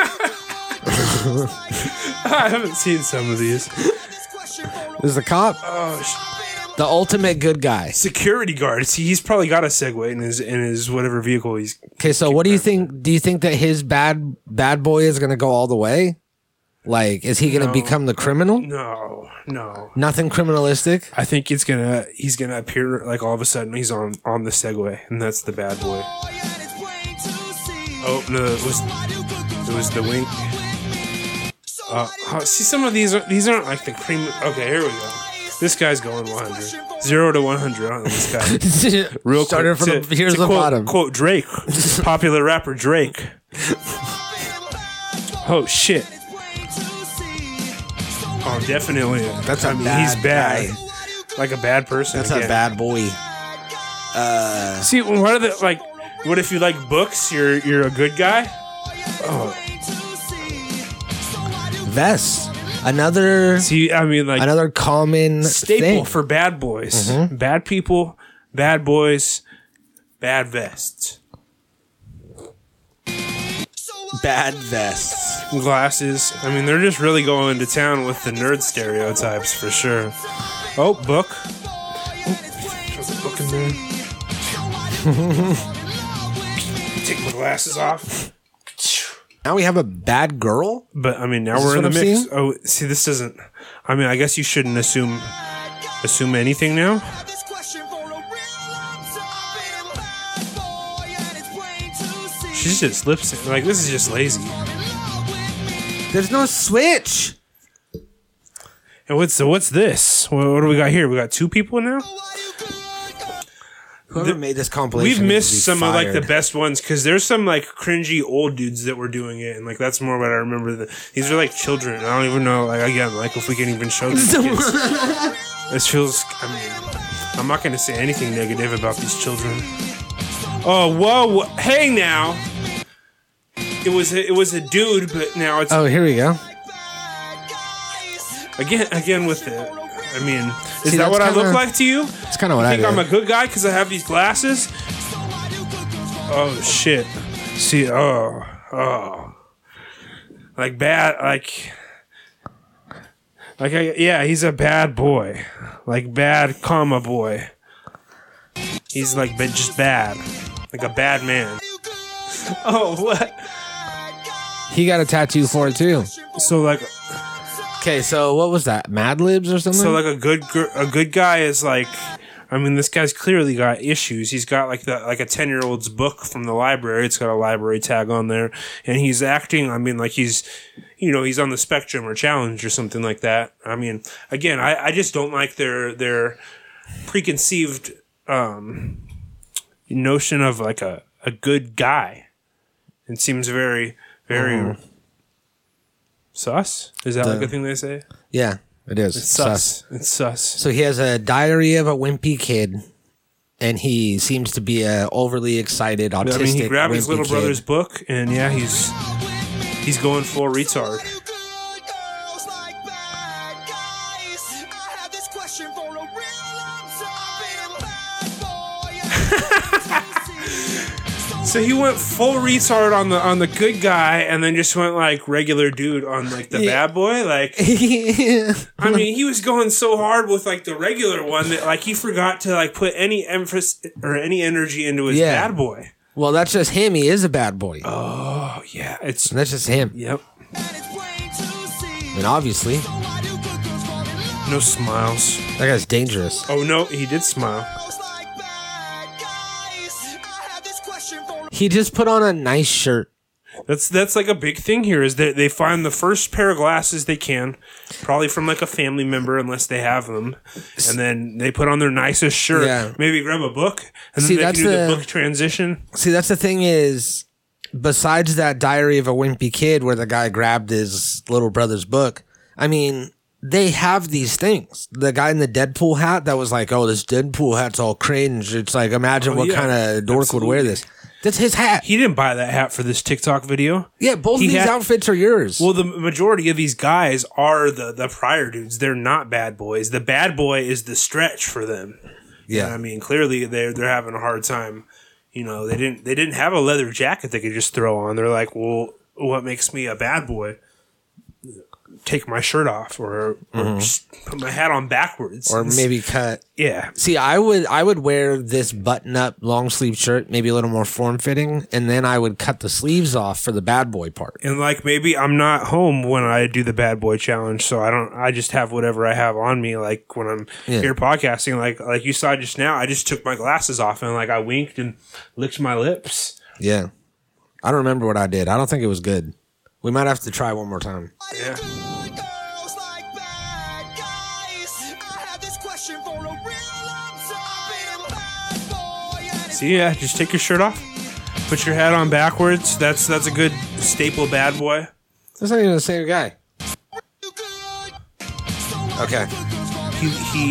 Speaker 3: I haven't seen some of these.
Speaker 4: This is the cop,
Speaker 3: Oh, sh-
Speaker 4: the ultimate good guy.
Speaker 3: security guard. See, he's probably got a Segway in his in his whatever vehicle he's.
Speaker 4: Okay, so what do you think? Do you think that his bad bad boy is gonna go all the way? Like, is he gonna become the criminal?
Speaker 3: No, no.
Speaker 4: Nothing criminalistic.
Speaker 3: I think it's gonna he's gonna appear like all of a sudden he's on on the Segway and that's the bad boy. Oh no, it was it was the wink. Uh, oh, see, some of these are these aren't like the cream. Okay, here we go. This guy's going 100, zero to 100 on this guy.
Speaker 4: Real
Speaker 3: Started
Speaker 4: started from the, here's the
Speaker 3: quote,
Speaker 4: bottom.
Speaker 3: Quote Drake, popular rapper Drake. Oh shit! Oh, definitely.
Speaker 4: That's
Speaker 3: I
Speaker 4: a
Speaker 3: mean,
Speaker 4: bad
Speaker 3: he's bad,
Speaker 4: guy.
Speaker 3: like uh, a bad person.
Speaker 4: That's a
Speaker 3: again.
Speaker 4: bad boy.
Speaker 3: See, what are the like? What if you like books? You're you're a good guy. oh.
Speaker 4: Vest. Another
Speaker 3: See, I mean, like
Speaker 4: another common
Speaker 3: staple
Speaker 4: thing.
Speaker 3: for bad boys,
Speaker 4: Mm-hmm.
Speaker 3: bad people, bad boys, bad vests,
Speaker 4: bad vests.
Speaker 3: glasses. I mean, they're just really going to town with the nerd stereotypes for sure. Oh, book. There's a book in there. Take my glasses off.
Speaker 4: Now we have a bad girl.
Speaker 3: But I mean, now
Speaker 4: Is
Speaker 3: we're in the
Speaker 4: this what I'm
Speaker 3: mix.
Speaker 4: seeing?
Speaker 3: Oh, see, this doesn't. I mean, I guess you shouldn't assume assume anything now. She's just lip sync. Like this is just lazy.
Speaker 4: There's no switch.
Speaker 3: And what's so what's this? What, what do we got here? We got two people now.
Speaker 4: Whoever made this compilation,
Speaker 3: We've
Speaker 4: needs to be
Speaker 3: missed some of like the
Speaker 4: fired.
Speaker 3: best ones because there's some like cringy old dudes that were doing it, and like that's more what I remember. The, these are like children. I don't even know. Like again, like if we can even show these kids. This feels. I mean, I'm not gonna say anything negative about these children. Oh whoa! wh- Hey now. It was a, it was a dude, but now it's
Speaker 4: Oh, here we go.
Speaker 3: again again with the. I mean, is that
Speaker 4: See, that's
Speaker 3: what I look
Speaker 4: kinda-
Speaker 3: like to you?
Speaker 4: It's kind of what I
Speaker 3: think
Speaker 4: did.
Speaker 3: I'm a good guy because I have these glasses? Oh shit! See, oh, oh, like bad, like, like I, yeah, he's a bad boy, like bad comma boy. He's like but just bad, like a bad man. Oh what?
Speaker 4: he got a tattoo for it too.
Speaker 3: So like,
Speaker 4: Okay, so what was that? Mad Libs or something?
Speaker 3: so like a good gr- a good guy is like. I mean, this guy's clearly got issues. He's got like the like a ten year old's book from the library. It's got a library tag on there, and he's acting. I mean, like he's, you know, he's on the spectrum or challenge or something like that. I mean, again, I, I just don't like their their preconceived um, notion of like a a good guy. It seems very, very sus. Is that like
Speaker 4: The-
Speaker 3: a thing they say?
Speaker 4: Yeah, it is.
Speaker 3: It's sus. It's sus.
Speaker 4: So he has a diary of a wimpy kid, and he seems to be a overly excited autistic.
Speaker 3: I mean, he grabbed his
Speaker 4: wimpy
Speaker 3: little
Speaker 4: kid.
Speaker 3: brother's book, and yeah, he's he's going full retard. So he went full retard on the on the good guy, and then just went like regular dude on like the
Speaker 4: Yeah.
Speaker 3: bad boy. Like I mean, he was going so hard with like the regular one that like he forgot to like put any emphasis or any energy into his
Speaker 4: Yeah.
Speaker 3: bad boy.
Speaker 4: well, that's just him. He is a bad boy.
Speaker 3: Oh yeah, it's
Speaker 4: that's just him.
Speaker 3: yep.
Speaker 4: And obviously,
Speaker 3: No smiles.
Speaker 4: that guy's dangerous.
Speaker 3: Oh no, he did smile.
Speaker 4: He just put on a nice shirt.
Speaker 3: That's that's like a big thing here is that they find the first pair of glasses they can, probably from like a family member unless they have them, and then they put on their nicest shirt.
Speaker 4: Yeah.
Speaker 3: Maybe grab a book, and then
Speaker 4: See,
Speaker 3: they can
Speaker 4: that's
Speaker 3: do the
Speaker 4: the-
Speaker 3: book transition.
Speaker 4: See, that's the thing is, besides that diary of a wimpy kid where the guy grabbed his little brother's book, I mean, they have these things. The guy in the Deadpool hat that was like, oh, this Deadpool hat's all cringe. It's like, imagine what
Speaker 3: Oh, yeah.
Speaker 4: kind of dork would wear
Speaker 3: Absolutely.
Speaker 4: this. That's his hat.
Speaker 3: He didn't buy that hat for this TikTok video.
Speaker 4: yeah, both
Speaker 3: he
Speaker 4: these
Speaker 3: had-
Speaker 4: outfits are yours.
Speaker 3: Well, the majority of these guys are the the prior dudes. They're not bad boys. The bad boy is the stretch for them.
Speaker 4: yeah.
Speaker 3: And I mean, clearly they're they're having a hard time. You know, they didn't they didn't have a leather jacket they could just throw on. They're like, well, what makes me a bad boy? Take my shirt off, or, or just put my hat on backwards,
Speaker 4: Mm-hmm. or maybe cut.
Speaker 3: yeah.
Speaker 4: See, I would I would wear this button up long sleeve shirt, maybe a little more form fitting, and then I would cut the sleeves off for the bad boy part.
Speaker 3: And like maybe I'm not home when I do the bad boy challenge, so I don't. I just have whatever I have on me. Like when I'm
Speaker 4: Yeah.
Speaker 3: here podcasting, like like you saw just now, I just took my glasses off and like I winked and licked my lips.
Speaker 4: Yeah. I don't remember what I did. I don't think it was good. We might have to try one more time.
Speaker 3: Yeah. See, yeah, just take your shirt off, put your hat on backwards. That's that's a good staple bad boy.
Speaker 4: That's not even the same guy. Okay.
Speaker 3: He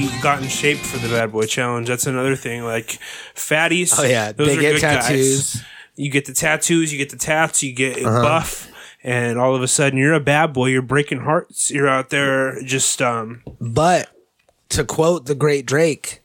Speaker 3: he got in shape for the bad boy challenge. That's another thing. Like fatties.
Speaker 4: Oh yeah,
Speaker 3: those
Speaker 4: they
Speaker 3: are
Speaker 4: get
Speaker 3: good guys.
Speaker 4: tattoos. Uh-huh.
Speaker 3: You get the tattoos, you get the tats, you get buff, and all of a sudden you're a bad boy. You're breaking hearts. You're out there just um.
Speaker 4: But to quote the great Drake,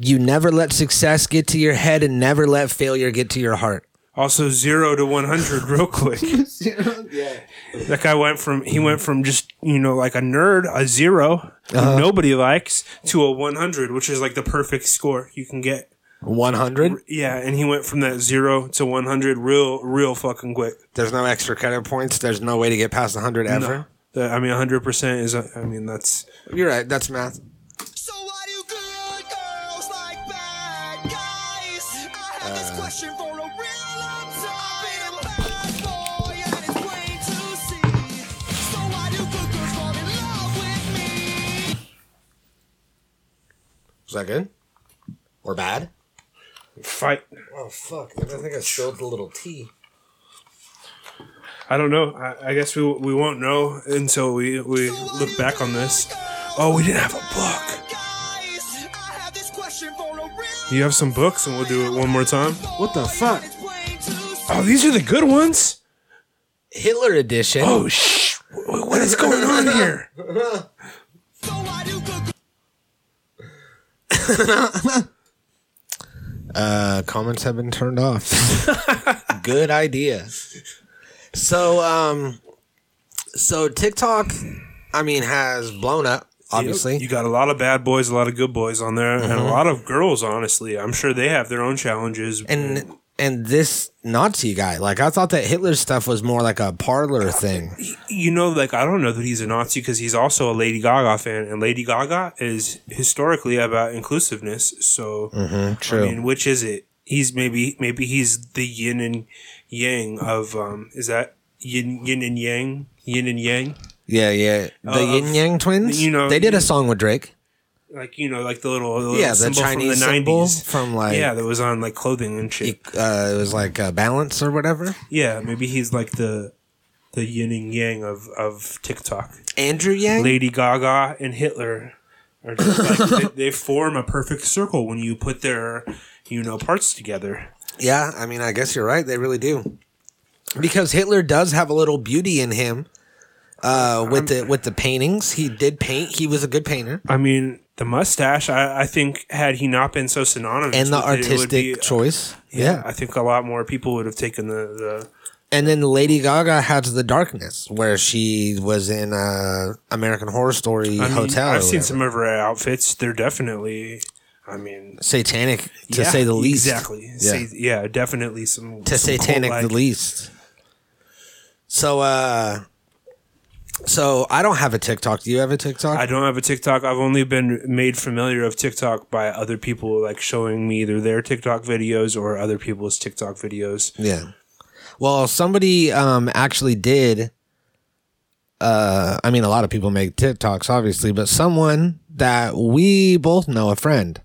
Speaker 4: you never let success get to your head and never let failure get to your heart.
Speaker 3: Also zero to one hundred real quick. That guy went from he went from just you know like a nerd a 0 who nobody likes to a one hundred, which is like the perfect score you can get.
Speaker 4: 100?
Speaker 3: Yeah, and he went from that zero to one hundred real real fucking quick.
Speaker 4: There's no extra credit points. There's no way to get past 100 ever.
Speaker 3: Uh, I mean, 100% is, uh, I mean, that's,
Speaker 4: You're right. That's math.
Speaker 3: Uh.
Speaker 4: Is that good? Or bad?
Speaker 3: fight.
Speaker 4: Oh, fuck. I think I spilled a little tea.
Speaker 3: I don't know. I, I guess we, we won't know until we, we look back on this. Oh, we didn't have a book. You have some books and we'll do it one more time.
Speaker 4: What the fuck?
Speaker 3: Oh, these are the good ones?
Speaker 4: Hitler edition.
Speaker 3: Oh, shh. Wh- What is going on here?
Speaker 4: Uh, comments have been turned off. Good idea. So, um, so TikTok, I mean, has blown up. Obviously, Mm-hmm.
Speaker 3: You got a lot of bad boys, a lot of good boys on there, and a lot of girls, honestly. I'm sure they have their own challenges.
Speaker 4: and and this Nazi guy, like I thought that Hitler stuff was more like a parlor thing.
Speaker 3: you know, like I don't know that he's a Nazi because he's also a Lady Gaga fan, and Lady Gaga is historically about inclusiveness. So,
Speaker 4: Mm-hmm, true.
Speaker 3: I mean, which is it? He's maybe maybe he's the yin and yang of um, is that yin yin and yang, yin and yang?
Speaker 4: Yeah, yeah. The
Speaker 3: Of-
Speaker 4: Yin Yang Twins.
Speaker 3: Uh, you know-
Speaker 4: they did a song with Drake.
Speaker 3: like you know, like the little, the little
Speaker 4: Yeah, the
Speaker 3: symbol
Speaker 4: Chinese
Speaker 3: from the
Speaker 4: symbol
Speaker 3: nineties
Speaker 4: from, like-
Speaker 3: yeah, that was on like clothing and shit.
Speaker 4: Uh, it was like uh, balance or whatever.
Speaker 3: Yeah, maybe he's like the the yin and yang of of TikTok.
Speaker 4: Andrew Yang.
Speaker 3: Lady Gaga and Hitler are just like they, they form a perfect circle when you put their you know parts together.
Speaker 4: Yeah, I mean, I guess you're right. They really do, because Hitler does have a little beauty in him. Uh, with the with the paintings, he did paint. He was a good painter,
Speaker 3: I mean, the mustache. I, I think had he not been so synonymous
Speaker 4: and the
Speaker 3: with it, it would
Speaker 4: artistic
Speaker 3: be- uh,
Speaker 4: choice. Yeah.
Speaker 3: I think a lot more people would have taken the
Speaker 4: and then Lady Gaga has the darkness, where she was in uh, American Horror Story
Speaker 3: the. I mean,
Speaker 4: hotel.
Speaker 3: I've seen some of her outfits. They're definitely. I mean,
Speaker 4: satanic, to
Speaker 3: yeah,
Speaker 4: say the least.
Speaker 3: Exactly. Yeah,
Speaker 4: Yeah.
Speaker 3: yeah definitely some
Speaker 4: to
Speaker 3: some
Speaker 4: satanic
Speaker 3: cult-like-
Speaker 4: the least. So, uh, so I don't have a TikTok. Do you have a TikTok?
Speaker 3: I don't have a TikTok. I've only been made familiar of TikTok by other people like showing me either their TikTok videos or other people's TikTok videos.
Speaker 4: Yeah. Well, somebody um actually did uh I mean a lot of people make TikToks obviously, but someone that we both know, a friend,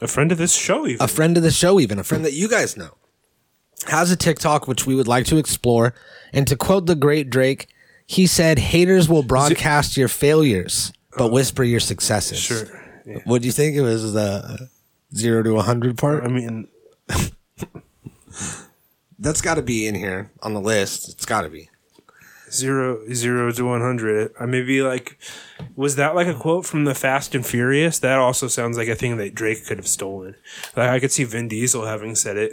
Speaker 3: A friend of this show even.
Speaker 4: a friend of the show even, a friend that you guys know, has a TikTok which we would like to explore. And to quote the great Drake, he said, "Haters will broadcast your failures, but whisper your successes."
Speaker 3: sure. Yeah.
Speaker 4: What do you think it was the 0 to 100 part?
Speaker 3: I mean,
Speaker 4: That's got to be in here on the list. It's got to be.
Speaker 3: zero zero to one hundred. I maybe like, was that like a quote from the Fast and Furious? That also sounds like a thing that Drake could have stolen. Like I could see Vin Diesel having said it.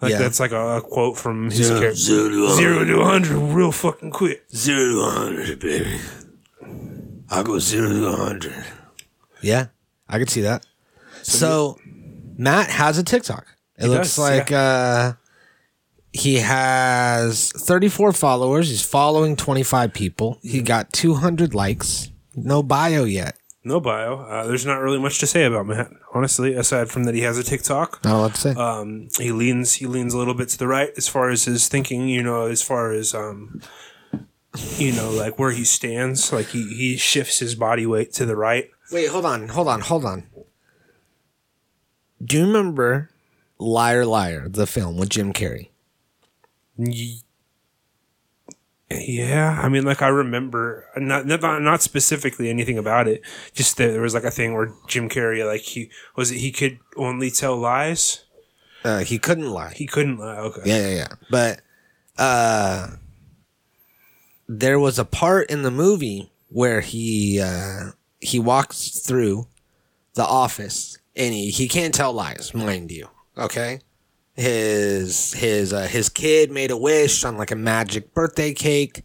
Speaker 3: Like
Speaker 4: Yeah.
Speaker 3: that's like a, a quote from his character. Zero to one hundred, real fucking quick.
Speaker 4: Zero to 100, baby. I'll go zero to 100. Yeah, I could see that. So, Matt has a TikTok. It looks
Speaker 3: does,
Speaker 4: like uh, he has 34 followers. He's following 25 people. He got 200 likes. No bio yet.
Speaker 3: No bio. Uh, there's not really much to say about Matt, honestly. Aside from that, he has a TikTok.
Speaker 4: Not a lot to say.
Speaker 3: Um, he leans he leans a little bit to the right as far as his thinking. You know, as far as um, you know, like where he stands. Like he he shifts his body weight to the right.
Speaker 4: Wait, hold on, hold on, hold on. Do you remember Liar Liar, the film with Jim Carrey?
Speaker 3: Ye- Yeah, I mean, like I remember not not not specifically anything about it. Just that there was like a thing where Jim Carrey, like he was it he could only tell lies.
Speaker 4: Uh, he couldn't lie.
Speaker 3: He couldn't lie. Okay.
Speaker 4: Yeah, yeah, yeah. But uh there was a part in the movie where he uh he walks through the office and he, he can't tell lies, mind you. Okay? His his uh, his kid made a wish on like a magic birthday cake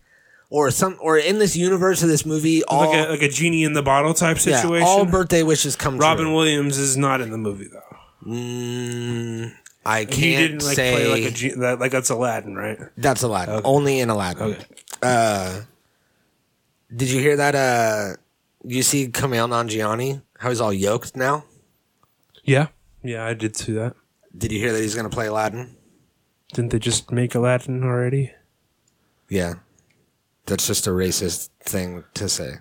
Speaker 4: or some or in this universe of this movie all
Speaker 3: like a, like a genie in the bottle type
Speaker 4: yeah,
Speaker 3: situation.
Speaker 4: all birthday wishes come
Speaker 3: Robin
Speaker 4: true.
Speaker 3: Williams is not in the movie though.
Speaker 4: Mm, I can't
Speaker 3: He didn't like
Speaker 4: say
Speaker 3: play like a gen- that, like that's Aladdin, right?
Speaker 4: That's Aladdin. Only in Aladdin. Uh, did you hear that? Uh, you see Kamal Nanjiani? How he's all yoked now?
Speaker 3: Yeah, yeah, I did see that.
Speaker 4: Did you hear that he's going to play Aladdin?
Speaker 3: Didn't they just make Aladdin already?
Speaker 4: Yeah. That's just a racist thing to say.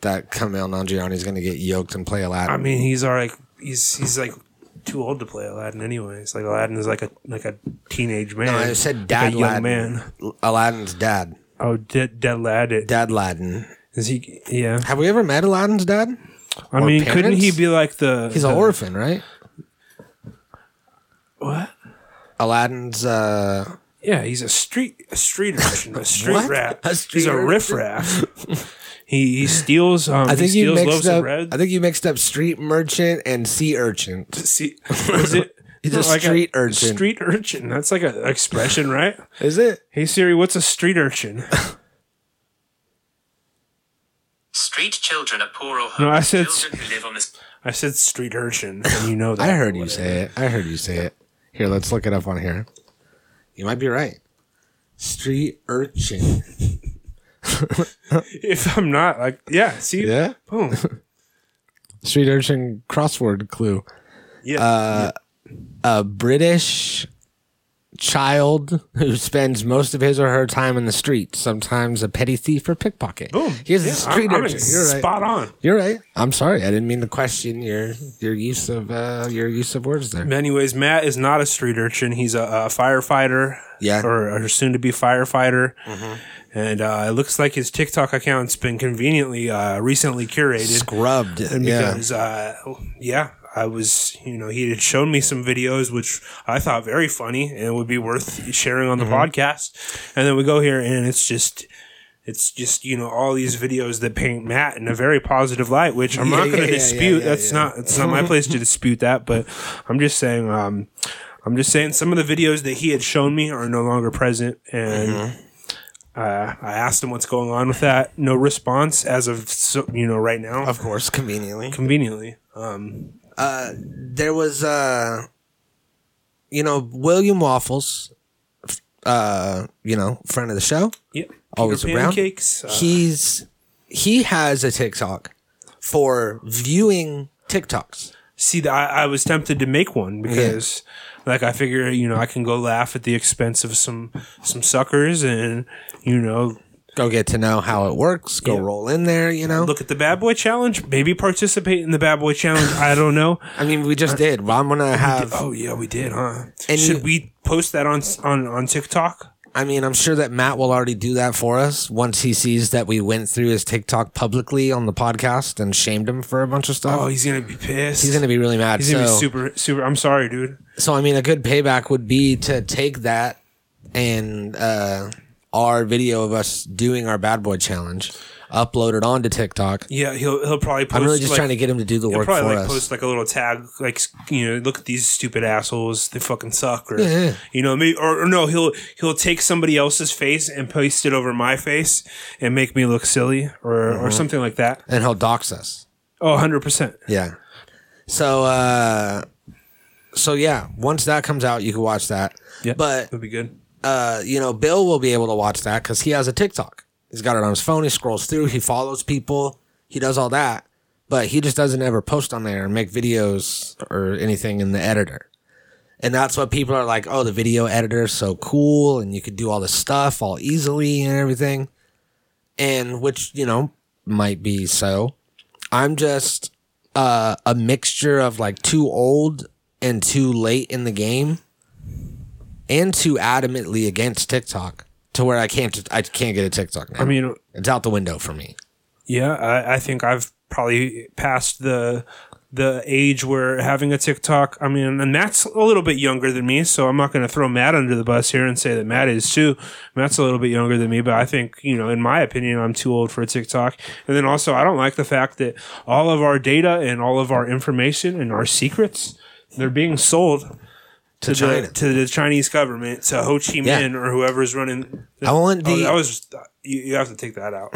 Speaker 4: That Kamal Nanjiani is going to get yoked and play Aladdin.
Speaker 3: I mean, he's already he's he's like too old to play Aladdin anyways. Like Aladdin is like a like a teenage man.
Speaker 4: I said
Speaker 3: like a
Speaker 4: Dad
Speaker 3: young
Speaker 4: Aladdin.
Speaker 3: man.
Speaker 4: Aladdin's dad.
Speaker 3: Oh, dead dead lad. It,
Speaker 4: Dad Aladdin.
Speaker 3: is he? Yeah.
Speaker 4: Have we ever met Aladdin's dad?
Speaker 3: I
Speaker 4: or
Speaker 3: mean, couldn't
Speaker 4: parents?
Speaker 3: he be like the?
Speaker 4: He's an
Speaker 3: the-
Speaker 4: orphan, right?
Speaker 3: What?
Speaker 4: Aladdin's uh
Speaker 3: Yeah, he's a street a street urchin, a street
Speaker 4: What?
Speaker 3: rat.
Speaker 4: A
Speaker 3: he's
Speaker 4: street
Speaker 3: a
Speaker 4: urchin?
Speaker 3: riffraff. he he steals. Um,
Speaker 4: I think
Speaker 3: he steals
Speaker 4: you mixed
Speaker 3: loaves
Speaker 4: up
Speaker 3: of bread.
Speaker 4: I think you mixed up street merchant and sea urchin.
Speaker 3: See, was it?
Speaker 4: He's a
Speaker 3: no,
Speaker 4: street urchin.
Speaker 3: Street urchin. That's like an expression, right?
Speaker 4: Is it?
Speaker 3: Hey Siri, what's a street urchin?
Speaker 6: Street children are poor or
Speaker 3: No, I
Speaker 6: homeless
Speaker 3: said-
Speaker 6: children who live on this.
Speaker 3: I said street urchin, and you know that.
Speaker 4: I heard you say it. I heard you say it. Here, let's look it up on here. You might be right. Street urchin.
Speaker 3: If I'm not, like, yeah. See,
Speaker 4: Yeah.
Speaker 3: boom.
Speaker 4: Street urchin Uh, crossword clue.
Speaker 3: Yeah.
Speaker 4: A British child who spends most of his or her time in the street, sometimes a petty thief or pickpocket.
Speaker 3: Boom.
Speaker 4: Here's
Speaker 3: Yeah,
Speaker 4: a
Speaker 3: I'm-
Speaker 4: street
Speaker 3: I'm
Speaker 4: urchin. You're right.
Speaker 3: Spot on.
Speaker 4: You're right. I'm sorry. I didn't mean to question your your use of uh, your use of words there.
Speaker 3: Anyways, Matt is not a street urchin. He's a, a firefighter.
Speaker 4: Yeah.
Speaker 3: Or, or soon to be firefighter. And uh, it looks like his TikTok account's been conveniently uh, recently curated.
Speaker 4: Scrubbed.
Speaker 3: And
Speaker 4: yeah.
Speaker 3: because, uh, yeah, I was, you know, he had shown me some videos which I thought very funny and would be worth sharing on
Speaker 4: Mm-hmm.
Speaker 3: the podcast. And then we go here and it's just. It's just you know all these videos that paint Matt in a very positive light, which I'm
Speaker 4: Yeah,
Speaker 3: not going
Speaker 4: yeah,
Speaker 3: to
Speaker 4: yeah,
Speaker 3: dispute.
Speaker 4: yeah,
Speaker 3: That's
Speaker 4: yeah.
Speaker 3: not it's not my place to dispute that, but I'm just saying um, I'm just saying some of the videos that he had shown me are no longer present, and
Speaker 4: Mm-hmm.
Speaker 3: uh, I asked him what's going on with that. No response as of so, you know right now
Speaker 4: Of course, conveniently.
Speaker 3: conveniently. Um,
Speaker 4: there was uh you know william waffles f- uh you know friend of the show
Speaker 3: yeah,
Speaker 4: Always
Speaker 3: Peter
Speaker 4: around.
Speaker 3: pancakes. Uh,
Speaker 4: he's he has a tiktok for viewing tiktoks
Speaker 3: see, th- I, I was tempted to make one because, like, I figure you know I can go laugh at the expense of some some suckers and you know
Speaker 4: go get to know how it works go
Speaker 3: Yeah.
Speaker 4: roll in there you know
Speaker 3: look at the bad boy challenge. Maybe participate in the bad boy challenge. I don't know.
Speaker 4: i mean we just did well, i'm gonna have
Speaker 3: Oh yeah, we did, huh?
Speaker 4: And
Speaker 3: Should
Speaker 4: you-
Speaker 3: we post that on s- on on TikTok?
Speaker 4: i mean i'm sure that matt will already do that for us once he sees that we went through his tiktok publicly on the podcast and shamed him for a bunch of stuff
Speaker 3: Oh, he's gonna be pissed.
Speaker 4: he's gonna be really mad
Speaker 3: He's gonna
Speaker 4: so-
Speaker 3: be super super. I'm sorry, dude.
Speaker 4: So I mean, a good payback would be to take that and uh, our video of us doing our bad boy challenge, upload it onto TikTok.
Speaker 3: Yeah, he'll he'll probably. Post,
Speaker 4: I'm really just
Speaker 3: like-
Speaker 4: trying to get him to do the
Speaker 3: He'll
Speaker 4: work for
Speaker 3: probably like
Speaker 4: us.
Speaker 3: post like a little tag, like you know, look at these stupid assholes, they fucking suck, or
Speaker 4: yeah.
Speaker 3: you know, maybe or, or no, he'll he'll take somebody else's face and paste it over my face and make me look silly or
Speaker 4: Mm-hmm.
Speaker 3: or something like that.
Speaker 4: and he'll dox us.
Speaker 3: Oh, 100 percent.
Speaker 4: Yeah. So uh, so yeah, once that comes out, you can watch that.
Speaker 3: Yeah,
Speaker 4: But
Speaker 3: that'd be good.
Speaker 4: uh, you know, Bill will be able to watch that because he has a TikTok. He's got it on his phone. He scrolls through. He follows people. He does all that, but he just doesn't ever post on there and make videos or anything in the editor. And that's what people are like, oh, the video editor is so cool and you could do all this stuff all easily and everything. And which, you know, might be so. I'm just uh, a mixture of like too old and too late in the game and too adamantly against TikTok to where I can't just, I can't get a TikTok now.
Speaker 3: I mean,
Speaker 4: it's out the window for me.
Speaker 3: yeah, I, I think I've probably passed the the age where having a TikTok. I mean, and Matt's a little bit younger than me, so I'm not going to throw Matt under the bus here and say that Matt is too. Matt's a little bit younger than me, but I think you know, in my opinion, I'm too old for a TikTok. And then also, I don't like the fact that all of our data and all of our information and our secrets they're being sold. To,
Speaker 4: China.
Speaker 3: the, to the Chinese government, to Ho Chi
Speaker 4: Yeah.
Speaker 3: Minh or whoever's running.
Speaker 4: I want
Speaker 3: Oh,
Speaker 4: the-
Speaker 3: that was you, you have to take that out.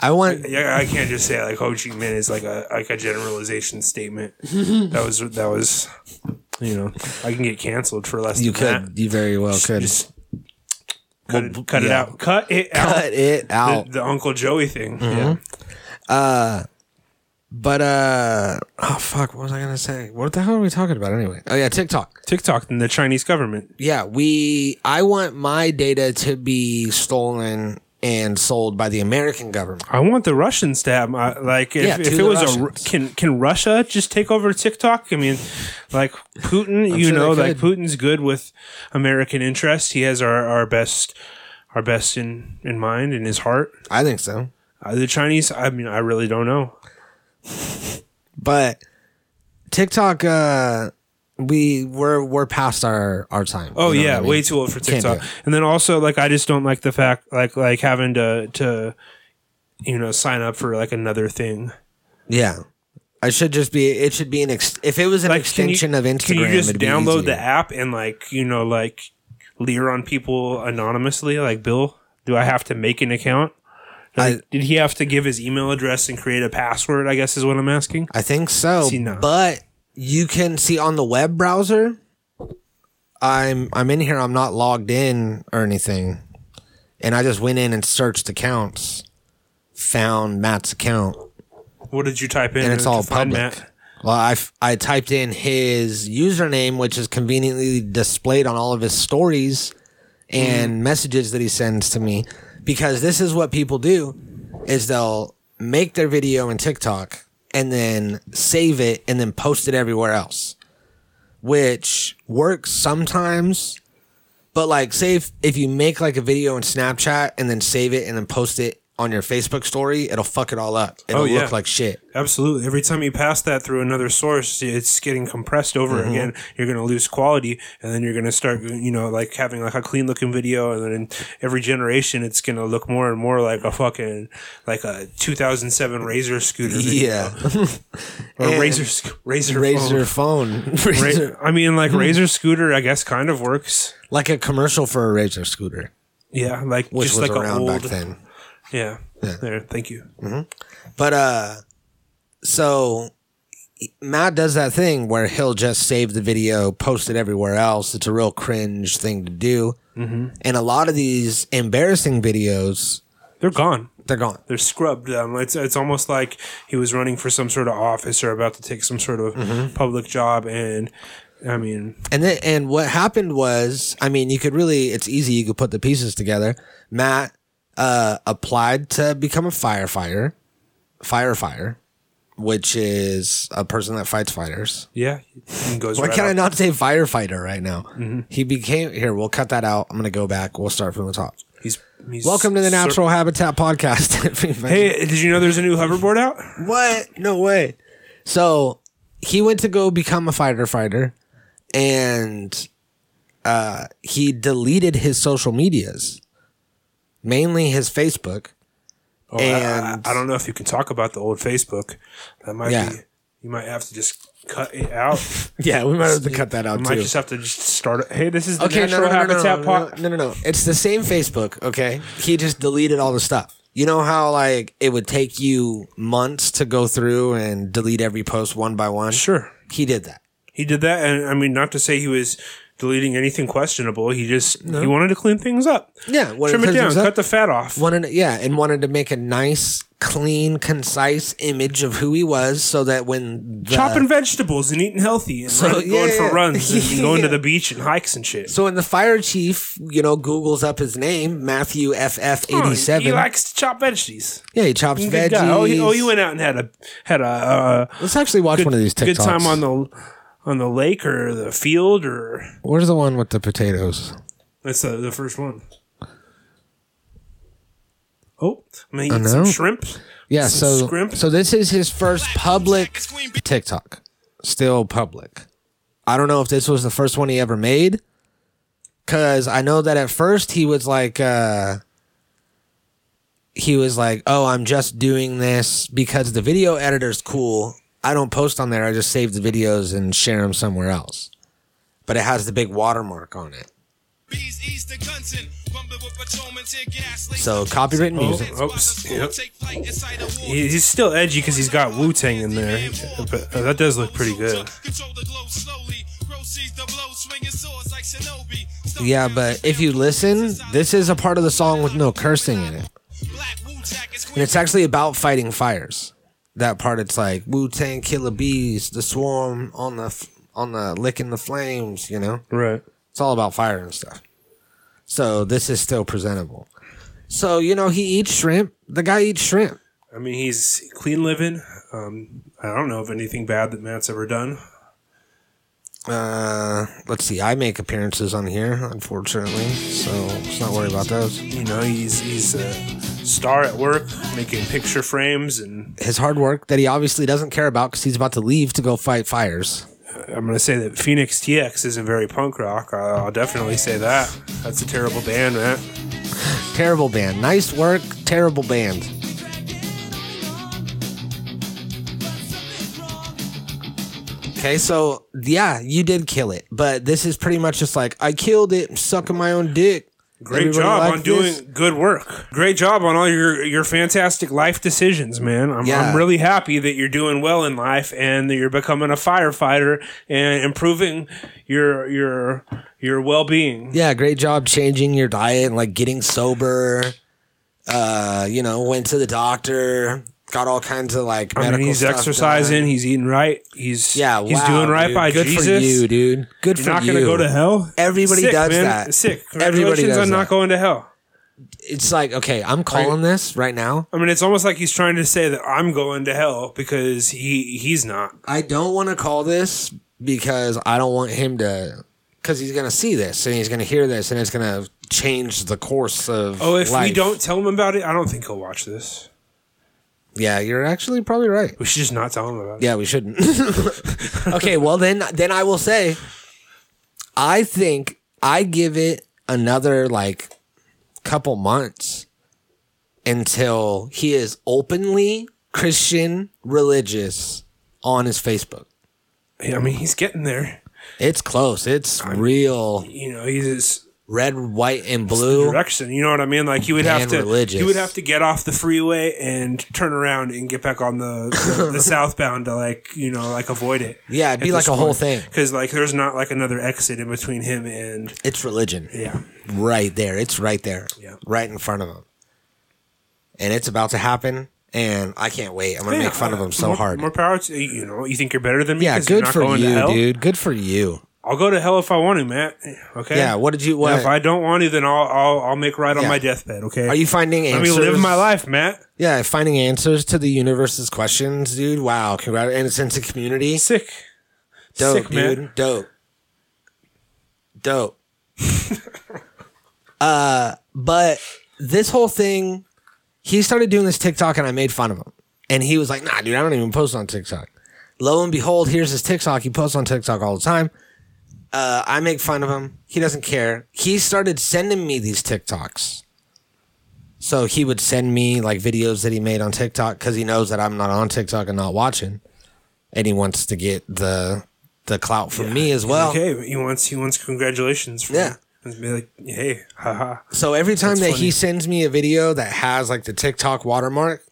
Speaker 4: I want
Speaker 3: Yeah, I can't just say like Ho Chi Minh is like a like a generalization statement. that was that was, you know, I can get canceled for less.
Speaker 4: you
Speaker 3: than
Speaker 4: could you very well could
Speaker 3: Just- that. cut,
Speaker 4: Well,
Speaker 3: it, cut it
Speaker 4: yeah.
Speaker 3: out, cut it
Speaker 4: cut it
Speaker 3: out.
Speaker 4: out. Mm-hmm.
Speaker 3: The, the Uncle Joey thing. Yeah.
Speaker 4: But uh oh fuck, what was I gonna say? What the hell are we talking about anyway? Oh yeah, TikTok.
Speaker 3: TikTok and the Chinese government.
Speaker 4: Yeah, we I want my data to be stolen and sold by the American government.
Speaker 3: I want the Russians to have my like if,
Speaker 4: Yeah, to
Speaker 3: if it
Speaker 4: the
Speaker 3: was a Ru-
Speaker 4: Russians.
Speaker 3: can can Russia just take over TikTok? I mean, like Putin, you
Speaker 4: sure
Speaker 3: know,
Speaker 4: they
Speaker 3: like
Speaker 4: could.
Speaker 3: Putin's good with American interests. He has our our best our best in in mind in his heart.
Speaker 4: I think so.
Speaker 3: Uh, the Chinese, I mean, I really don't know.
Speaker 4: But TikTok uh we we're we're past our our time.
Speaker 3: Oh
Speaker 4: You know
Speaker 3: yeah,
Speaker 4: what I mean?
Speaker 3: way too old for
Speaker 4: Can't
Speaker 3: TikTok.
Speaker 4: do it.
Speaker 3: And then also, like, I just don't like the fact, like, like having to to, you know, sign up for like another thing.
Speaker 4: Yeah. I should just be it should be an ex- if it was an
Speaker 3: Like, can you-
Speaker 4: extension of Instagram.
Speaker 3: Can you just
Speaker 4: it'd be
Speaker 3: download
Speaker 4: easier.
Speaker 3: the app and like, you know, like leer on people anonymously? Like, Bill, do I have to make an account?
Speaker 4: I-
Speaker 3: Did he have to give his email address and create a password? I guess is what I'm asking.
Speaker 4: I think so.
Speaker 3: See, no.
Speaker 4: But you can see on the web browser. I'm I'm in here. I'm not logged in or anything, and I just went in and searched accounts, found Matt's account,
Speaker 3: What did you type in?
Speaker 4: and it's
Speaker 3: to
Speaker 4: all
Speaker 3: find
Speaker 4: public.
Speaker 3: Matt?
Speaker 4: Well, I, f- I typed in his username, which is conveniently displayed on all of his stories
Speaker 3: Mm.
Speaker 4: and messages that he sends to me, because this is what people do: is they'll make their video in TikTok and then save it and then post it everywhere else, which works sometimes. But like, say if, if you make like a video in Snapchat and then save it and then post it on your Facebook story, it'll fuck it all up. It'll
Speaker 3: Oh, yeah.
Speaker 4: look like shit.
Speaker 3: Absolutely. Every time you pass that through another source, it's getting compressed over
Speaker 4: Mm-hmm.
Speaker 3: again. You're going to lose quality, and then you're going to start, you know, like having like a clean looking video, and then in every generation, it's going to look more and more like a fucking like a 2007 Razor scooter, video.
Speaker 4: Yeah.
Speaker 3: or
Speaker 4: And-
Speaker 3: Razor sc- Razor
Speaker 4: Razor
Speaker 3: Razor.
Speaker 4: phone.
Speaker 3: Ra-
Speaker 4: Razor.
Speaker 3: I mean, like Razor scooter, I guess, kind of works.
Speaker 4: Like a commercial for a Razor scooter,
Speaker 3: Yeah, like
Speaker 4: which
Speaker 3: just
Speaker 4: was
Speaker 3: like a
Speaker 4: around
Speaker 3: old.
Speaker 4: back then.
Speaker 3: Yeah. There. Thank you.
Speaker 4: But uh so Matt does that thing where he'll just save the video, post it everywhere else. It's a real cringe thing to do.
Speaker 3: Mm-hmm.
Speaker 4: And a lot of these embarrassing videos,
Speaker 3: They're gone.
Speaker 4: they're gone.
Speaker 3: they're scrubbed them. It's it's almost like he was running for some sort of office or about to take some sort of
Speaker 4: Mm-hmm.
Speaker 3: public job. And I mean,
Speaker 4: And then, and what happened was, I mean, you could really, it's easy. You could put the pieces together. Matt uh, applied to become a firefighter, firefighter, which is a person that fights fighters.
Speaker 3: yeah, he goes.
Speaker 4: Why
Speaker 3: right Mm-hmm.
Speaker 4: can I
Speaker 3: up.
Speaker 4: not say firefighter right now? He became here. We'll cut that out. I'm gonna go back. We'll start from the top.
Speaker 3: He's, he's
Speaker 4: Welcome to the
Speaker 3: sor-
Speaker 4: Natural Habitat Podcast. everybody.
Speaker 3: Hey, did you know there's a new hoverboard out?
Speaker 4: What? No way. So he went to go become a firefighter and uh, he deleted his social medias, mainly his Facebook.
Speaker 3: Oh, I-
Speaker 4: and
Speaker 3: I, I don't know if you can talk about the old Facebook. That might
Speaker 4: Yeah.
Speaker 3: be. You might have to just cut it out.
Speaker 4: yeah, we might have to cut that out
Speaker 3: you
Speaker 4: too.
Speaker 3: might just have to just start. it. Hey, this is the
Speaker 4: okay, no,
Speaker 3: natural
Speaker 4: no, no, no,
Speaker 3: habitat
Speaker 4: no,
Speaker 3: pod-
Speaker 4: no, no, no, no. It's the same Facebook. Okay, he just deleted all the stuff. You know how like it would take you months to go through and delete every post one by one.
Speaker 3: Sure.
Speaker 4: he did that.
Speaker 3: He did that, and I mean, not to say he was deleting anything questionable. He just he wanted to clean things up.
Speaker 4: Yeah, wanted
Speaker 3: trim
Speaker 4: to
Speaker 3: it
Speaker 4: clean
Speaker 3: down,
Speaker 4: things up.
Speaker 3: cut the fat off.
Speaker 4: wanted to- yeah and wanted to make a nice clean concise image of who he was so that when the,
Speaker 3: chopping vegetables and eating healthy and
Speaker 4: So,
Speaker 3: run- going
Speaker 4: yeah,
Speaker 3: for
Speaker 4: yeah.
Speaker 3: runs and going
Speaker 4: Yeah.
Speaker 3: to the beach and hikes and shit.
Speaker 4: so when the fire chief you know googles up his name matthew
Speaker 3: Come on,
Speaker 4: ff87
Speaker 3: He likes to chop veggies.
Speaker 4: yeah he chops
Speaker 3: Good
Speaker 4: veggies
Speaker 3: guy. Oh, he, oh, you went out and had a had a uh,
Speaker 4: let's actually watch
Speaker 3: good,
Speaker 4: one of these tiktoks
Speaker 3: good time on the on the lake or the field or
Speaker 4: where's the one with the potatoes
Speaker 3: that's the, the first one. Oh, I'm gonna eat
Speaker 4: I
Speaker 3: some
Speaker 4: know.
Speaker 3: shrimp.
Speaker 4: yeah
Speaker 3: Some
Speaker 4: so
Speaker 3: scrimp.
Speaker 4: so this is his first public tiktok still public i don't know if this was the first one he ever made because i know that at first he was like uh he was like, "Oh, I'm just doing this because the video editor's cool. I don't post on there. I just save the videos and share them somewhere else." But it has the big watermark on it. So copyrighted music.
Speaker 3: Oops. Yep. Oh, He- He's still edgy because he's got Wu Tang in there, but uh, that does look pretty good.
Speaker 4: Yeah, but if you listen, this is a part of the song with no cursing in it. And it's actually about fighting fires. That part, it's like Wu Tang Killer Bees, the swarm on the f- on the licking the flames. You know.
Speaker 3: Right.
Speaker 4: It's all about fire and stuff. So this is still presentable. So you know he eats shrimp. The guy eats shrimp.
Speaker 3: I mean, he's clean living. Um, I don't know of anything bad that Matt's ever done.
Speaker 4: Uh, let's see. I make appearances on here, unfortunately. So let's not worry about those.
Speaker 3: You know, he's he's a star at work, making picture frames, and
Speaker 4: His hard work that he obviously doesn't care about because he's about to leave to go fight fires.
Speaker 3: I'm gonna say that Phoenix TX isn't very punk rock. I- I'll definitely say that. That's a terrible band, Matt.
Speaker 4: Terrible band. Nice work. Terrible band. Okay, so yeah, you did kill it, but this is pretty much just like I killed it, sucking my own dick.
Speaker 3: Great
Speaker 4: Everybody
Speaker 3: job
Speaker 4: like
Speaker 3: on doing
Speaker 4: this?
Speaker 3: good work. Great job on all your your fantastic life decisions, man. I'm,
Speaker 4: Yeah.
Speaker 3: I'm really happy that you're doing well in life and that you're becoming a firefighter and improving your your your well being.
Speaker 4: Yeah, great job changing your diet and like getting sober. Uh, you know, went to the doctor, got all kinds of like
Speaker 3: I
Speaker 4: medical
Speaker 3: mean, he's
Speaker 4: stuff
Speaker 3: exercising.
Speaker 4: done.
Speaker 3: He's eating right. He's
Speaker 4: yeah,
Speaker 3: He's
Speaker 4: wow,
Speaker 3: doing right
Speaker 4: dude.
Speaker 3: by
Speaker 4: Good
Speaker 3: Jesus.
Speaker 4: for you, dude. Good for
Speaker 3: You're not
Speaker 4: you.
Speaker 3: gonna go to hell.
Speaker 4: Everybody
Speaker 3: Sick,
Speaker 4: does
Speaker 3: man.
Speaker 4: that.
Speaker 3: Sick.
Speaker 4: Everybody
Speaker 3: Congratulations
Speaker 4: does
Speaker 3: on
Speaker 4: that.
Speaker 3: not going to hell.
Speaker 4: It's like okay, I'm calling this right now.
Speaker 3: I mean, it's almost like he's trying to say that I'm going to hell because he he's not.
Speaker 4: I don't want to call this because I don't want him to, because he's gonna see this and he's gonna hear this and it's gonna change the course of.
Speaker 3: Oh, if we
Speaker 4: life.
Speaker 3: don't tell him about it, I don't think he'll watch this.
Speaker 4: yeah, you're actually probably right.
Speaker 3: We should just not tell him about it.
Speaker 4: Yeah, we shouldn't. okay, well then, then I will say, I think I give it another like couple months until he is openly Christian religious on his Facebook.
Speaker 3: Yeah. I mean, he's getting there.
Speaker 4: It's close. It's real
Speaker 3: You know, he's his
Speaker 4: red, white, and blue.
Speaker 3: direction. You know what I mean? Like he would have
Speaker 4: And
Speaker 3: to
Speaker 4: religious.
Speaker 3: he would have to get off the freeway and turn around and get back on the the, the southbound to like you know like avoid it.
Speaker 4: Yeah, it'd be like a whole thing.
Speaker 3: because like there's not like another exit in between him and
Speaker 4: It's religion.
Speaker 3: yeah.
Speaker 4: right there. It's right there.
Speaker 3: Yeah.
Speaker 4: Right in front of him. And it's about to happen. And I can't wait. I'm gonna
Speaker 3: Yeah,
Speaker 4: make fun of
Speaker 3: uh,
Speaker 4: him so
Speaker 3: more-
Speaker 4: hard.
Speaker 3: More power to you know. You think you're better than me?
Speaker 4: Yeah,
Speaker 3: 'cause you're
Speaker 4: good
Speaker 3: not
Speaker 4: for
Speaker 3: going to
Speaker 4: you,
Speaker 3: hell?
Speaker 4: dude. Good for you.
Speaker 3: I'll go to hell if I want to, Matt. Okay.
Speaker 4: Yeah. What did you? What
Speaker 3: If I don't want to, then I'll I'll, I'll make right on
Speaker 4: Yeah.
Speaker 3: my deathbed. Okay.
Speaker 4: are you finding
Speaker 3: Let
Speaker 4: answers?
Speaker 3: me live my life, Matt.
Speaker 4: Yeah, finding answers to the universe's questions, dude. Wow, congrats! And it's into community.
Speaker 3: Sick.
Speaker 4: Dope,
Speaker 3: Sick, man.
Speaker 4: dude. Dope. Dope. uh, but this whole thing, he started doing this TikTok and I made fun of him. And he was like, nah, dude, I don't even post on TikTok. Lo and behold, here's his TikTok. He posts on TikTok all the time. Uh, I make fun of him. He doesn't care. He started sending me these TikToks. So he would send me like videos that he made on TikTok because he knows that I'm not on TikTok and not watching. And he wants to get the the clout from me as well.
Speaker 3: okay. He wants he wants congratulations. From
Speaker 4: Oh. Yeah.
Speaker 3: And be like, hey, haha.
Speaker 4: So every time that
Speaker 3: That's funny.
Speaker 4: he sends me a video that has like the TikTok watermark,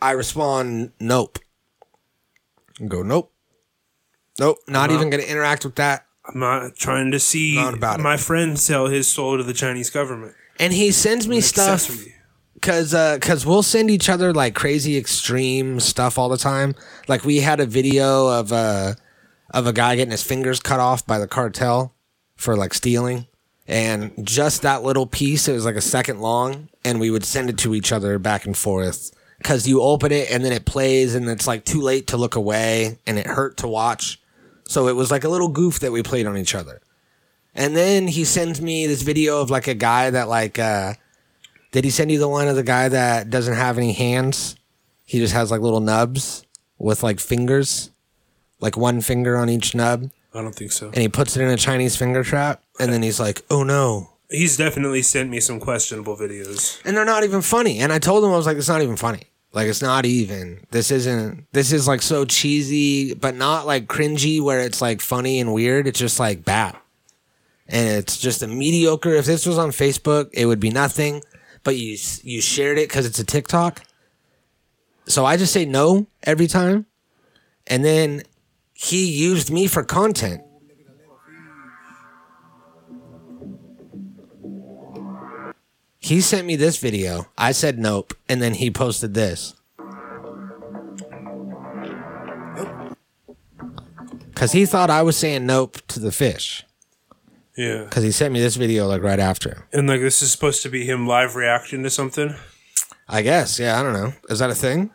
Speaker 4: I respond nope. And go nope. Nope, not
Speaker 3: Uh-huh.
Speaker 4: even going to interact with that.
Speaker 3: I'm not trying to see
Speaker 4: Not about it.
Speaker 3: my friend sell his soul to the Chinese government.
Speaker 4: And he sends me stuff
Speaker 3: Accessory.
Speaker 4: cuz uh cuz we'll send each other like crazy extreme stuff all the time. Like we had a video of uh of a guy getting his fingers cut off by the cartel for like stealing. And just that little piece, it was like a second long, and we would send it to each other back and forth. Cause you open it and then it plays, and it's like too late to look away, and it hurt to watch. So it was like a little goof that we played on each other. And then he sends me this video of like a guy that like uh did he send you the one of the guy that doesn't have any hands? He just has like little nubs with like fingers, like one finger on each nub,
Speaker 3: I don't think so.
Speaker 4: and he puts it in a Chinese finger trap, and then he's like, "Oh no."
Speaker 3: He's definitely sent me some questionable videos.
Speaker 4: And they're not even funny. And I told him I was like, "It's not even funny." Like it's not even. This isn't this is like so cheesy, but not like cringy where it's like funny and weird. It's just like bad. and it's just a mediocre. If this was on Facebook, it would be nothing. But you you shared it because it's a TikTok. So I just say no every time, and then he used me for content. He sent me this video. I said nope, and then he posted this. Cause he thought I was saying nope to the fish
Speaker 3: Yeah.
Speaker 4: because he sent me this video like right after.
Speaker 3: And like this is supposed to be him live reacting to something.
Speaker 4: I guess, yeah, I don't know. Is that a thing?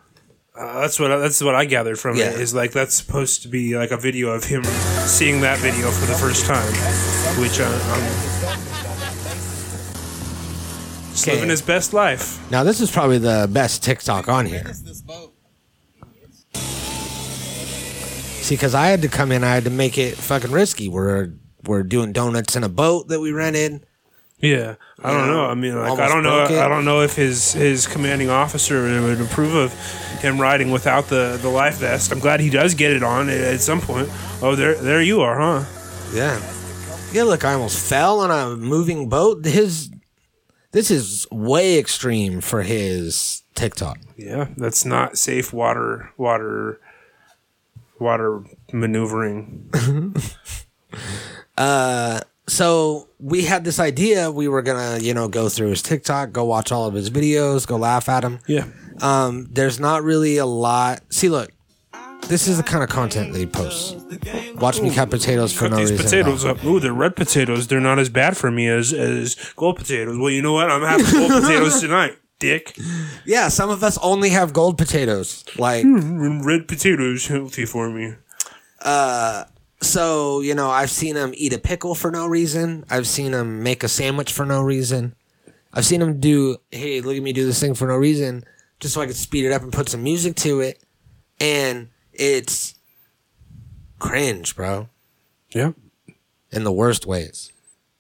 Speaker 3: Uh, that's what I, that's what I gathered from
Speaker 4: Yeah.
Speaker 3: it is like that's supposed to be like a video of him seeing that video for the first time, which uh, um, just
Speaker 4: Okay.
Speaker 3: living his best life.
Speaker 4: Now this is probably the best TikTok on here. See, because I had to come in, I had to make it fucking risky. We're we're doing donuts in a boat that we rented.
Speaker 3: Yeah, I don't know.
Speaker 4: know,
Speaker 3: I mean, like I
Speaker 4: almost
Speaker 3: don't know.
Speaker 4: broke it.
Speaker 3: I don't know if his his commanding officer would approve of him riding without the the life vest. I'm glad he does get it on at, at some point. Oh, there there you are, huh?
Speaker 4: Yeah, yeah. Look, I almost fell on a moving boat. His this is way extreme for his TikTok.
Speaker 3: Yeah, that's not safe water water water maneuvering.
Speaker 4: so we had this idea we were gonna, you know, go through his TikTok, go watch all of his videos, go laugh at him.
Speaker 3: Yeah.
Speaker 4: Um, there's not really a lot. See, look, this is the kind of content that he posts. Watch me cut potatoes for
Speaker 3: Cut
Speaker 4: no
Speaker 3: these
Speaker 4: reason. at all.
Speaker 3: potatoes up. Ooh, they're red potatoes. They're not as bad for me as as gold potatoes. Well, you know what? I'm having gold potatoes tonight, dick.
Speaker 4: Yeah, some of us only have gold potatoes. Like,
Speaker 3: Red potatoes healthy for me.
Speaker 4: so you know, I've seen him eat a pickle for no reason. I've seen him make a sandwich for no reason. I've seen him do, hey, look at me do this thing for no reason, just so I could speed it up and put some music to it. And it's cringe, bro,
Speaker 3: Yeah.
Speaker 4: in the worst ways.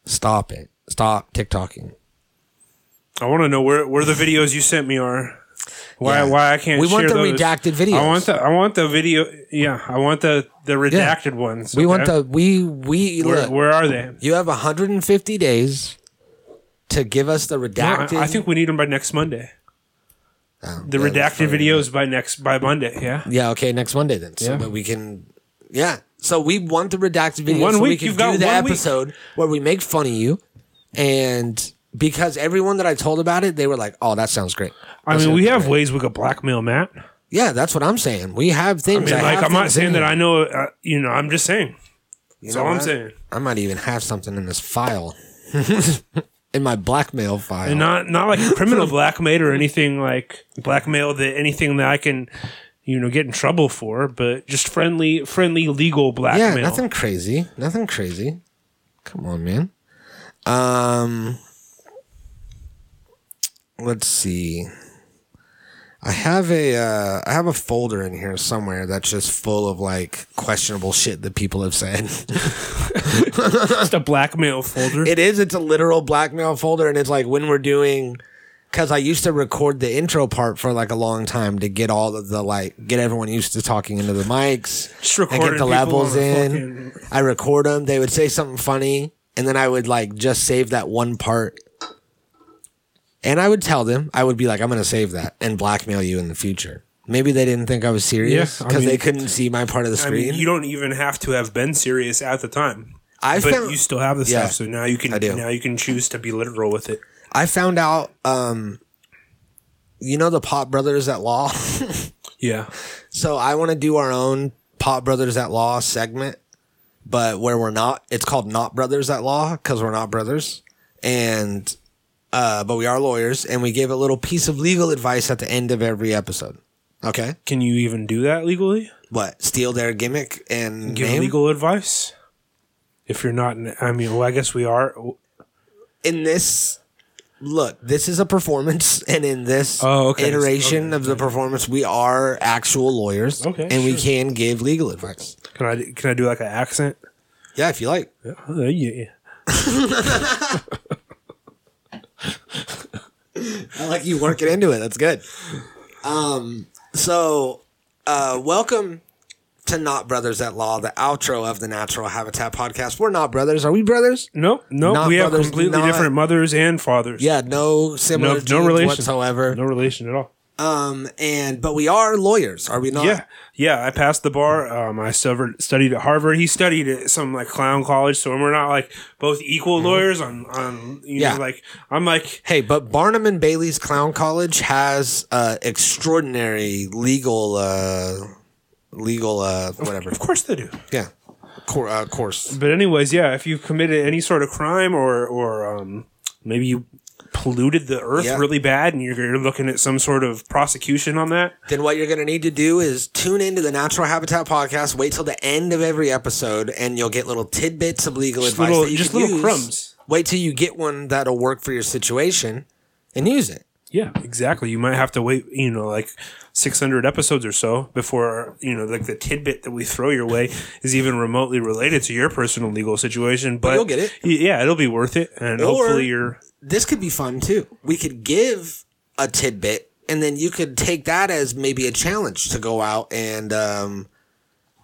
Speaker 4: Stop it. Stop TikToking.
Speaker 3: I want to know where where the videos you sent me are. Why
Speaker 4: Yeah.
Speaker 3: why I can't
Speaker 4: We want
Speaker 3: share
Speaker 4: the
Speaker 3: those.
Speaker 4: redacted videos.
Speaker 3: I want the I want the video. Yeah, I want the the redacted ones.
Speaker 4: We want
Speaker 3: okay?
Speaker 4: the we we
Speaker 3: Where,
Speaker 4: look.
Speaker 3: where are they?
Speaker 4: you have 150 days to give us the
Speaker 3: I,
Speaker 4: redacted.
Speaker 3: I think we need them by next Monday.
Speaker 4: Oh,
Speaker 3: The
Speaker 4: yeah, that's
Speaker 3: redacted
Speaker 4: fine.
Speaker 3: videos by next by Monday. Yeah.
Speaker 4: Yeah, okay, next Monday then. So
Speaker 3: Yeah.
Speaker 4: that we can Yeah. So we want the redacted video
Speaker 3: One
Speaker 4: so we
Speaker 3: week,
Speaker 4: can
Speaker 3: you've
Speaker 4: do
Speaker 3: got
Speaker 4: the
Speaker 3: one week.
Speaker 4: episode where we make fun of you and because everyone that I told about it, they were like, "Oh, that sounds great."
Speaker 3: I mean, we have ways we could blackmail Matt.
Speaker 4: Yeah, that's what I'm saying. We have things.
Speaker 3: I mean, like
Speaker 4: have
Speaker 3: I'm not
Speaker 4: things
Speaker 3: saying
Speaker 4: in
Speaker 3: that
Speaker 4: here.
Speaker 3: I know. Uh, you know, I'm just saying.
Speaker 4: You
Speaker 3: That's
Speaker 4: know
Speaker 3: all I'm
Speaker 4: what?
Speaker 3: saying.
Speaker 4: I might even have something in this file, in my blackmail file.
Speaker 3: And not not like criminal blackmail or anything like blackmail that anything that I can, you know, get in trouble for, but just friendly friendly legal
Speaker 4: yeah,
Speaker 3: blackmail.
Speaker 4: nothing crazy. Nothing crazy. Come on, man. Um, let's see. I have a uh, I have a folder in here somewhere that's just full of like questionable shit that people have said.
Speaker 3: just a blackmail folder.
Speaker 4: it is. It's a literal blackmail folder, and it's like when we're doing. Because I used to record the intro part for like a long time to get all of the like get everyone used to talking into the mics
Speaker 3: Just
Speaker 4: and get
Speaker 3: recording
Speaker 4: the
Speaker 3: people
Speaker 4: levels
Speaker 3: on a
Speaker 4: in. I record them. They would say something funny, and then I would like just save that one part. And I would tell them, I would be like, I'm going to save that and blackmail you in the future. Maybe they didn't think I was serious
Speaker 3: Yeah, I
Speaker 4: because they
Speaker 3: mean-
Speaker 4: couldn't see my part of the
Speaker 3: I
Speaker 4: screen.
Speaker 3: mean, you don't even have to have been serious at the time.
Speaker 4: I
Speaker 3: but
Speaker 4: found-
Speaker 3: you still have the
Speaker 4: Yeah,
Speaker 3: stuff, so now you can
Speaker 4: I do.
Speaker 3: now you can choose to be literal with it.
Speaker 4: I found out, um, you know, the Pop Brothers at Law.
Speaker 3: Yeah.
Speaker 4: So I want to do our own Pop Brothers at Law segment, but where we're not, it's called Not Brothers at Law because we're not brothers, and uh, but we are lawyers, and we give a little piece of legal advice at the end of every episode. Okay,
Speaker 3: Can you even do that legally?
Speaker 4: what steal their gimmick and
Speaker 3: Give
Speaker 4: name?
Speaker 3: legal advice? If you're not, in- I mean, well, I guess we are.
Speaker 4: in this look this is a performance and in this
Speaker 3: Oh, okay.
Speaker 4: iteration
Speaker 3: Okay,
Speaker 4: of the performance we are actual lawyers
Speaker 3: Okay,
Speaker 4: and we
Speaker 3: sure.
Speaker 4: can give legal advice
Speaker 3: Can I can I do like an accent?
Speaker 4: yeah if you like
Speaker 3: Oh, yeah.
Speaker 4: I like you working into it that's good um so uh welcome to not brothers at law the outro of the natural habitat podcast we're not brothers are we brothers
Speaker 3: Nope, nope.
Speaker 4: Not
Speaker 3: we have
Speaker 4: brothers,
Speaker 3: completely
Speaker 4: not-
Speaker 3: different mothers and fathers.
Speaker 4: yeah no similar
Speaker 3: no, no relation
Speaker 4: relation whatsoever
Speaker 3: No relation at all.
Speaker 4: um and but we are lawyers are we not
Speaker 3: Yeah, yeah. I passed the bar. Um, I severed, studied at Harvard. He studied at some like clown college. So we're not like both equal lawyers. On on you
Speaker 4: Mm-hmm. Yeah.
Speaker 3: know like I'm like
Speaker 4: Hey, but Barnum and Bailey's Clown College has uh, extraordinary legal, uh, legal, uh, whatever.
Speaker 3: of course they do.
Speaker 4: Yeah, Cor- uh, course.
Speaker 3: But anyways, yeah. If you committed any sort of crime or or um maybe you polluted the earth
Speaker 4: Yeah.
Speaker 3: really bad and you're, you're looking at some sort of prosecution on that.
Speaker 4: Then what you're gonna need to do is tune into the Natural Habitat podcast. Wait till the end of every episode, and you'll get little tidbits of legal
Speaker 3: Just
Speaker 4: advice.
Speaker 3: little-
Speaker 4: that you
Speaker 3: just
Speaker 4: can
Speaker 3: little
Speaker 4: use.
Speaker 3: crumbs.
Speaker 4: Wait till you get one that'll work for your situation, and use it.
Speaker 3: Yeah, exactly. You might have to wait, you know, like 600 episodes or so before, you know, like the tidbit that we throw your way is even remotely related to your personal legal situation. But,
Speaker 4: you'll get it.
Speaker 3: y- Yeah, it'll be worth it. And
Speaker 4: Or-
Speaker 3: hopefully you're.
Speaker 4: this could be fun too. We could give a tidbit, and then you could take that as maybe a challenge to go out and um,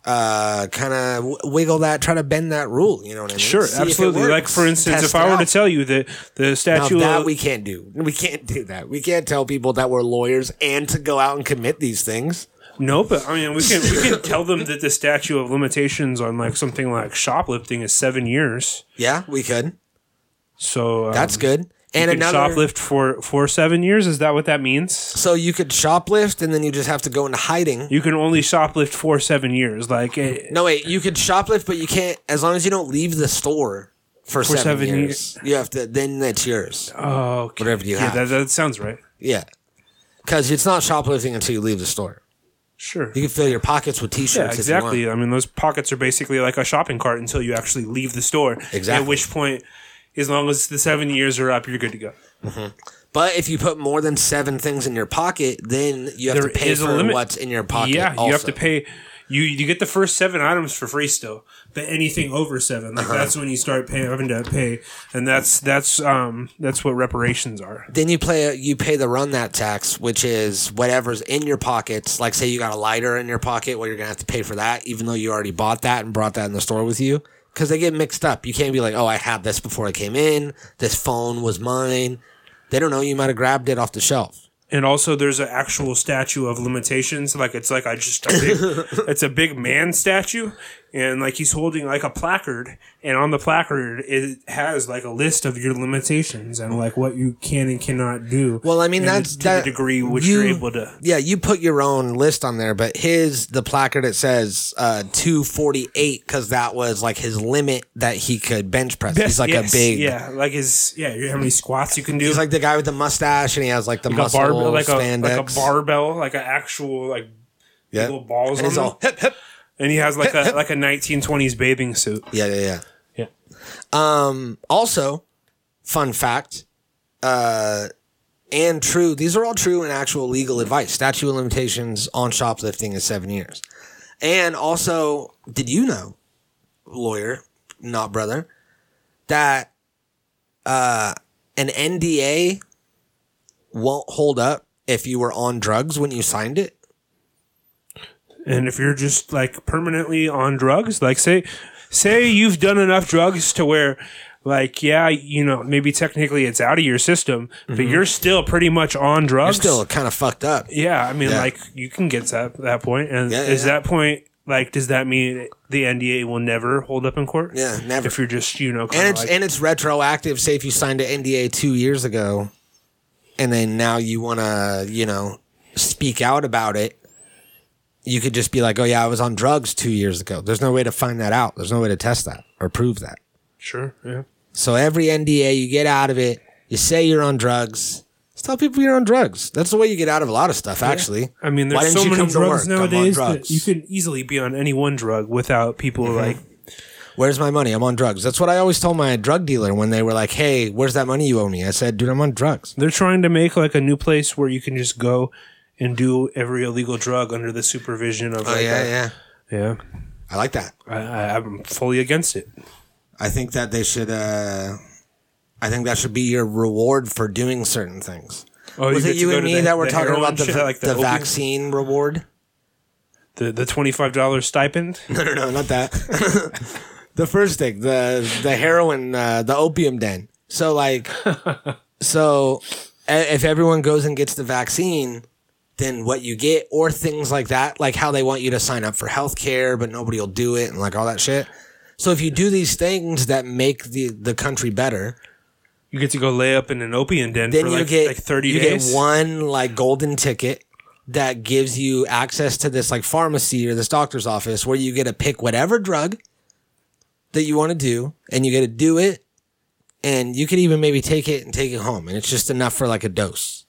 Speaker 4: uh, kind of w- wiggle that, try to bend that rule. You know what I mean?
Speaker 3: Sure,
Speaker 4: See if it
Speaker 3: absolutely.
Speaker 4: works.
Speaker 3: Like, for instance,
Speaker 4: Test
Speaker 3: if
Speaker 4: it
Speaker 3: I were
Speaker 4: out.
Speaker 3: to tell you that the
Speaker 4: now
Speaker 3: statue
Speaker 4: that
Speaker 3: of.
Speaker 4: we can't do, we can't do that. We can't tell people that we're lawyers and to go out and commit these things.
Speaker 3: No, but I mean, we can we can tell them that the statute of limitations on like something like shoplifting is seven years.
Speaker 4: Yeah, we could.
Speaker 3: So um,
Speaker 4: That's good. And
Speaker 3: you can
Speaker 4: another
Speaker 3: shoplift for for seven years. Is that what that means?
Speaker 4: So you could shoplift, and then you just have to go into hiding.
Speaker 3: You can only shoplift for seven years. Like eh,
Speaker 4: No, wait. You could shoplift, but you can't as long as you don't leave the store for, seven,
Speaker 3: seven
Speaker 4: years, You have to. Then that's yours.
Speaker 3: oh, okay.
Speaker 4: Whatever you
Speaker 3: yeah,
Speaker 4: have.
Speaker 3: that, that sounds right.
Speaker 4: Yeah, because it's not shoplifting until you leave the store.
Speaker 3: Sure.
Speaker 4: You can fill your pockets with
Speaker 3: Yeah,
Speaker 4: T-shirts. If you
Speaker 3: exactly.
Speaker 4: want.
Speaker 3: I mean, those pockets are basically like a shopping cart until you actually leave the store. At
Speaker 4: Exactly.
Speaker 3: which point, as long as the seven years are up, you're good to go.
Speaker 4: But if you put more than seven things in your pocket, then you have
Speaker 3: There
Speaker 4: to pay
Speaker 3: is a
Speaker 4: for
Speaker 3: limit.
Speaker 4: what's in your pocket.
Speaker 3: yeah, you have
Speaker 4: also.
Speaker 3: to pay. You you get the first seven items for free still, but anything over seven, like
Speaker 4: Uh-huh.
Speaker 3: that's when you start paying having to pay, and that's that's um that's what reparations are.
Speaker 4: Then you play. You pay the run that tax, which is whatever's in your pockets. Like say you got a lighter in your pocket, well you're gonna have to pay for that, even though you already bought that and brought that in the store with you. Because they get mixed up. You can't be like, oh, I had this before I came in. This phone was mine. They don't know. You might have grabbed it off the shelf.
Speaker 3: And also, there's an actual statue of limitations. Like it's like I just a big, it's a big man statue, and like he's holding like a placard, and on the placard it has like a list of your limitations and like what you can and cannot do.
Speaker 4: Well, I mean
Speaker 3: and
Speaker 4: that's
Speaker 3: to
Speaker 4: that,
Speaker 3: the degree which
Speaker 4: you-
Speaker 3: you, are able to.
Speaker 4: Yeah, you put your own list on there, but his the placard it says uh, two forty eight because that was like his limit that he could bench press. he's like
Speaker 3: Yes,
Speaker 4: a big.
Speaker 3: yeah, like his yeah. How many squats you can do?
Speaker 4: He's like the guy with the mustache, and he has like the
Speaker 3: like a
Speaker 4: muscle
Speaker 3: barbell, like a,
Speaker 4: spandex.
Speaker 3: like a barbell, like an actual like
Speaker 4: Yeah.
Speaker 3: little balls on
Speaker 4: And it's
Speaker 3: them.
Speaker 4: all hip hip.
Speaker 3: and he has like a like a 1920s bathing suit.
Speaker 4: Yeah, yeah, yeah.
Speaker 3: Yeah.
Speaker 4: Um. Also, fun fact, uh, and true. These are all true and actual legal advice. Statute of limitations on shoplifting is seven years. And also, did you know, lawyer, not brother, that uh, an NDA won't hold up if you were on drugs when you signed it?
Speaker 3: And if you're just like permanently on drugs, like say say you've done enough drugs to where like yeah, you know, maybe technically it's out of your system, but you're still pretty much on
Speaker 4: Mm-hmm. You're
Speaker 3: drugs.
Speaker 4: still kind of fucked up.
Speaker 3: yeah, I mean
Speaker 4: Yeah.
Speaker 3: like you can get to that, that point and
Speaker 4: Yeah, yeah,
Speaker 3: is
Speaker 4: yeah.
Speaker 3: that point like does that mean the NDA will never hold up in court?
Speaker 4: Yeah, never.
Speaker 3: If you're just, you know,
Speaker 4: and
Speaker 3: kind of
Speaker 4: it's
Speaker 3: like,
Speaker 4: and it's retroactive. Say if you signed an NDA two years ago, and then now you want to, you know, speak out about it. You could just be like, "Oh yeah, I was on drugs two years ago." There's no way to find that out. There's no way to test that or prove that.
Speaker 3: sure, yeah.
Speaker 4: So every NDA you get out of it, you say you're on drugs. Just tell people you're on drugs. That's the way you get out of a lot of stuff. Actually,
Speaker 3: I mean,
Speaker 4: Why
Speaker 3: there's so
Speaker 4: didn't you
Speaker 3: many
Speaker 4: come to
Speaker 3: drugs
Speaker 4: work? I'm on
Speaker 3: nowadays
Speaker 4: drugs. Mm-hmm.
Speaker 3: that you can easily be on any one drug without people like.
Speaker 4: Where's my money? I'm on drugs. That's what I always told my drug dealer when they were like, "Hey, where's that money you owe me?" I said, "Dude, I'm on drugs."
Speaker 3: They're trying to make like a new place where you can just go and do every illegal drug under the supervision of.
Speaker 4: Oh
Speaker 3: like
Speaker 4: yeah,
Speaker 3: a-
Speaker 4: yeah.
Speaker 3: yeah.
Speaker 4: I like that.
Speaker 3: I, I, I'm fully against it.
Speaker 4: I think that they should. Uh, I think that should be your reward for doing certain things.
Speaker 3: Oh,
Speaker 4: Was it you and me that were talking about the, the,
Speaker 3: opium-
Speaker 4: vaccine reward?
Speaker 3: the the twenty five dollar stipend?
Speaker 4: No, no, no, not that. the first thing, the the heroin, uh, the opium den. So like, so a- if everyone goes and gets the vaccine, then what you get, or things like that, like how they want you to sign up for healthcare, but nobody will do it, and like all that shit. So if you do these things that make the the country better,
Speaker 3: You get to go lay up in an opium den
Speaker 4: then
Speaker 3: for
Speaker 4: you
Speaker 3: like,
Speaker 4: get
Speaker 3: like thirty
Speaker 4: you
Speaker 3: days.
Speaker 4: get one like golden ticket that gives you access to this like pharmacy or this doctor's office where you get to pick whatever drug that you want to do and you get to do it and you could even maybe take it and take it home and it's just enough for like a dose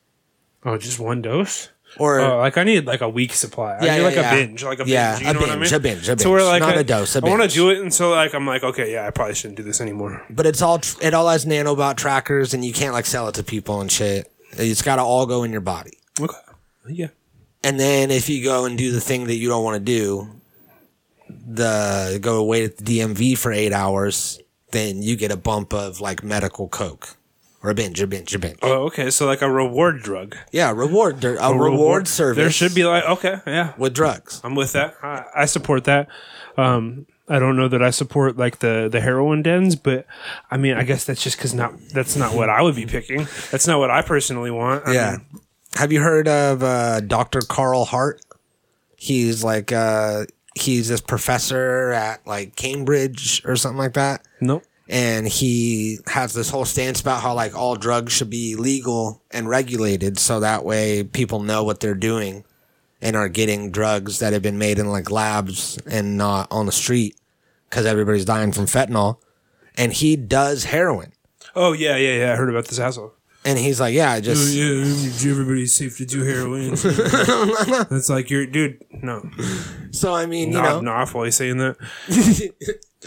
Speaker 3: Oh, just one dose.
Speaker 4: or
Speaker 3: Oh, like I need like a week supply. I
Speaker 4: Yeah,
Speaker 3: need
Speaker 4: yeah,
Speaker 3: like
Speaker 4: yeah.
Speaker 3: a binge, like a binge.
Speaker 4: Yeah,
Speaker 3: you
Speaker 4: a
Speaker 3: know what I
Speaker 4: binge,
Speaker 3: mean?
Speaker 4: a binge, a
Speaker 3: So we're
Speaker 4: binge.
Speaker 3: like
Speaker 4: Not
Speaker 3: I-
Speaker 4: a dose, a
Speaker 3: I want to
Speaker 4: binge.
Speaker 3: do it until like I'm like, okay, yeah, I probably shouldn't do this anymore.
Speaker 4: but it's all tr- it all has nanobot trackers and you can't like sell it to people and shit it's got to all go in your body
Speaker 3: Okay. Yeah.
Speaker 4: And then if you go and do the thing that you don't want to do, the go wait at the DMV for eight hours, then you get a bump of like medical coke or a binge, a binge, a binge.
Speaker 3: Oh, okay. So like a reward drug.
Speaker 4: yeah, reward, a, reward, service.
Speaker 3: There should be like okay, yeah.
Speaker 4: with drugs.
Speaker 3: I'm with that. I, I support that. Um, I don't know that I support like the the heroin dens, but I mean, I guess that's just because not that's not what I would be picking. That's not what I personally want. I
Speaker 4: Yeah.
Speaker 3: mean,
Speaker 4: Have you heard of uh, Dr. Carl Hart? He's like uh he's this professor at like Cambridge or something like that.
Speaker 3: Nope.
Speaker 4: And he has this whole stance about how like all drugs should be legal and regulated so that way people know what they're doing and are getting drugs that have been made in like labs and not on the street because everybody's dying from fentanyl. And he does heroin.
Speaker 3: Oh yeah, yeah, yeah. I heard about this asshole.
Speaker 4: And he's like, yeah, I just
Speaker 3: yeah, everybody's safe to do heroin. That's like you're, dude. No,
Speaker 4: so I mean, you
Speaker 3: not,
Speaker 4: know,
Speaker 3: not awful. He's saying that.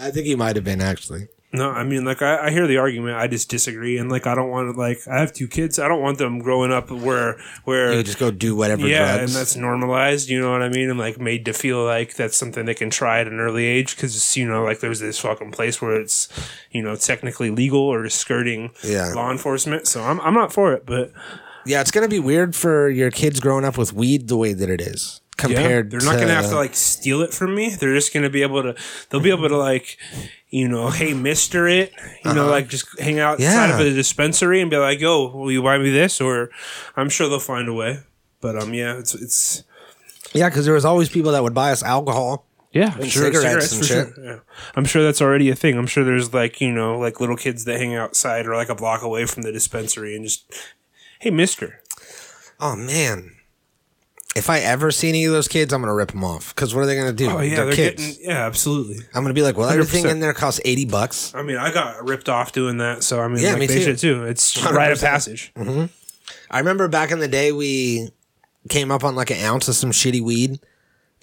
Speaker 4: I think he might have been actually.
Speaker 3: No, I mean, like I, I hear the argument. I just disagree, and like I don't want to. Like I have two kids. I don't want them growing up where where
Speaker 4: You just go do whatever
Speaker 3: yeah,
Speaker 4: drugs.
Speaker 3: and that's normalized. You know what I mean? And like made to feel like that's something they can try at an early age because you know like there's this fucking place where it's you know technically legal or skirting
Speaker 4: Yeah.
Speaker 3: law enforcement. So I'm I'm not for it, but
Speaker 4: yeah, it's gonna be weird for your kids growing up with weed the way that it is compared.
Speaker 3: they're not going to have to
Speaker 4: like.
Speaker 3: like steal it from me. They're just going to be able to. They'll be able to like, you know, hey, Mister, it. You know, like just hang out outside
Speaker 4: Uh-huh. Yeah.
Speaker 3: of a dispensary and be like, yo, will you buy me this? Or I'm sure they'll find a way. But um, yeah, it's it's
Speaker 4: Yeah, because there was always people that would buy us alcohol.
Speaker 3: yeah,
Speaker 4: cigarettes and shit.
Speaker 3: Yeah. I'm sure that's already a thing. I'm sure there's like you know like little kids that hang outside or like a block away from the dispensary and just, hey, Mister.
Speaker 4: Oh man, if I ever see any of those kids, I'm gonna rip them off. Because what are they gonna do?
Speaker 3: Oh yeah, they're,
Speaker 4: kids.
Speaker 3: getting yeah, absolutely.
Speaker 4: I'm gonna be like, well, everything
Speaker 3: 100%.
Speaker 4: in there costs eighty bucks.
Speaker 3: I mean, I got ripped off doing that, so I mean,
Speaker 4: Yeah,
Speaker 3: like,
Speaker 4: me
Speaker 3: they
Speaker 4: too.
Speaker 3: should too. It's just rite of
Speaker 4: 100%.
Speaker 3: passage.
Speaker 4: I remember back in the day we came up on like an ounce of some shitty weed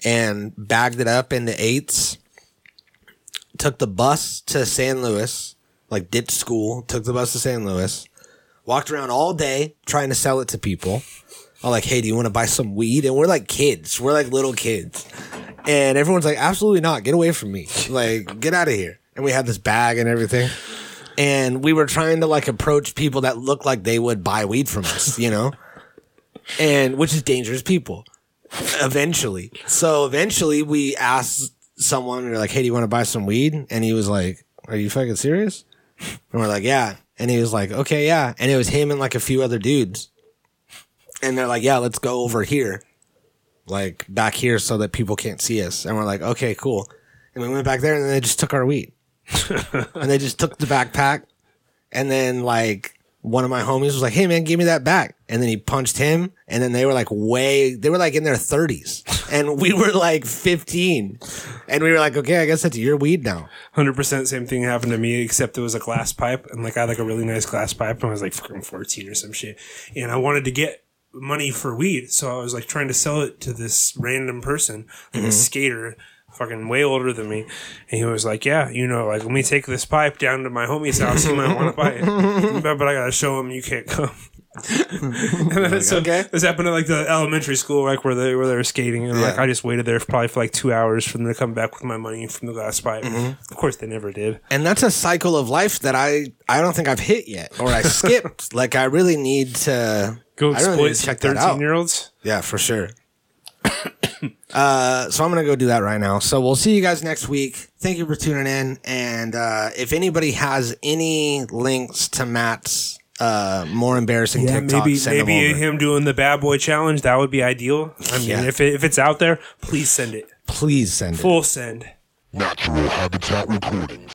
Speaker 4: and bagged it up into eights. Took the bus to San Luis, like ditched school, took the bus to San Luis, walked around all day trying to sell it to people. I'm like, hey, do you want to buy some weed? And we're like kids. We're like little kids. And everyone's like, absolutely not. Get away from me. Like, get out of here. And we had this bag and everything and we were trying to like approach people that looked like they would buy weed from us, you know, and which is dangerous people. Eventually, so eventually we asked someone, we are like, "Hey, do you want to buy some weed?" And he was like, "Are you fucking serious?" And we're like, "Yeah." And he was like, "Okay, yeah." And it was him and like a few other dudes, and they're like, "Yeah, let's go over here, like back here, so that people can't see us." And we're like, "Okay, cool." And we went back there, and then they just took our weed and they just took the backpack. And then like one of my homies was like, "Hey man, give me that back." And then he punched him. And then they were like way, they were like in their thirties, and we were like fifteen, and we were like, "Okay, I guess that's your weed now."
Speaker 3: Hundred percent, same thing happened to me, except it was a glass pipe, and like I had like a really nice glass pipe, and I was like fucking fourteen or some shit, and I wanted to get money for weed, so I was like trying to sell it to this random person, like
Speaker 4: Mm-hmm.
Speaker 3: a skater, fucking way older than me, and he was like, "Yeah, you know, like let me take this pipe down to my homie's house, he might want to buy it, but, but I gotta show him you can't come." and then so
Speaker 4: okay.
Speaker 3: this happened at like the elementary school, like where they where they were skating, and like
Speaker 4: Yeah.
Speaker 3: I just waited there for probably for like two hours for them to come back with my money from the glass pipe.
Speaker 4: Mm-hmm.
Speaker 3: Of course, they never did.
Speaker 4: And that's a cycle of life that I I don't think I've hit yet, or I skipped. like I really need to
Speaker 3: Go
Speaker 4: I really
Speaker 3: exploit
Speaker 4: need to
Speaker 3: some
Speaker 4: check that out.
Speaker 3: thirteen year olds.
Speaker 4: Yeah, for sure. uh, so I'm gonna go do that right now. So we'll see you guys next week. Thank you for tuning in. And uh, if anybody has any links to Matt's uh, more embarrassing
Speaker 3: Yeah,
Speaker 4: TikTok,
Speaker 3: maybe
Speaker 4: send
Speaker 3: maybe
Speaker 4: them over.
Speaker 3: him doing the bad boy challenge that would be ideal. I mean,
Speaker 4: Yeah.
Speaker 3: if it, if it's out there, please send it.
Speaker 4: please send it.
Speaker 3: Full send.
Speaker 2: Natural Habitat Recordings.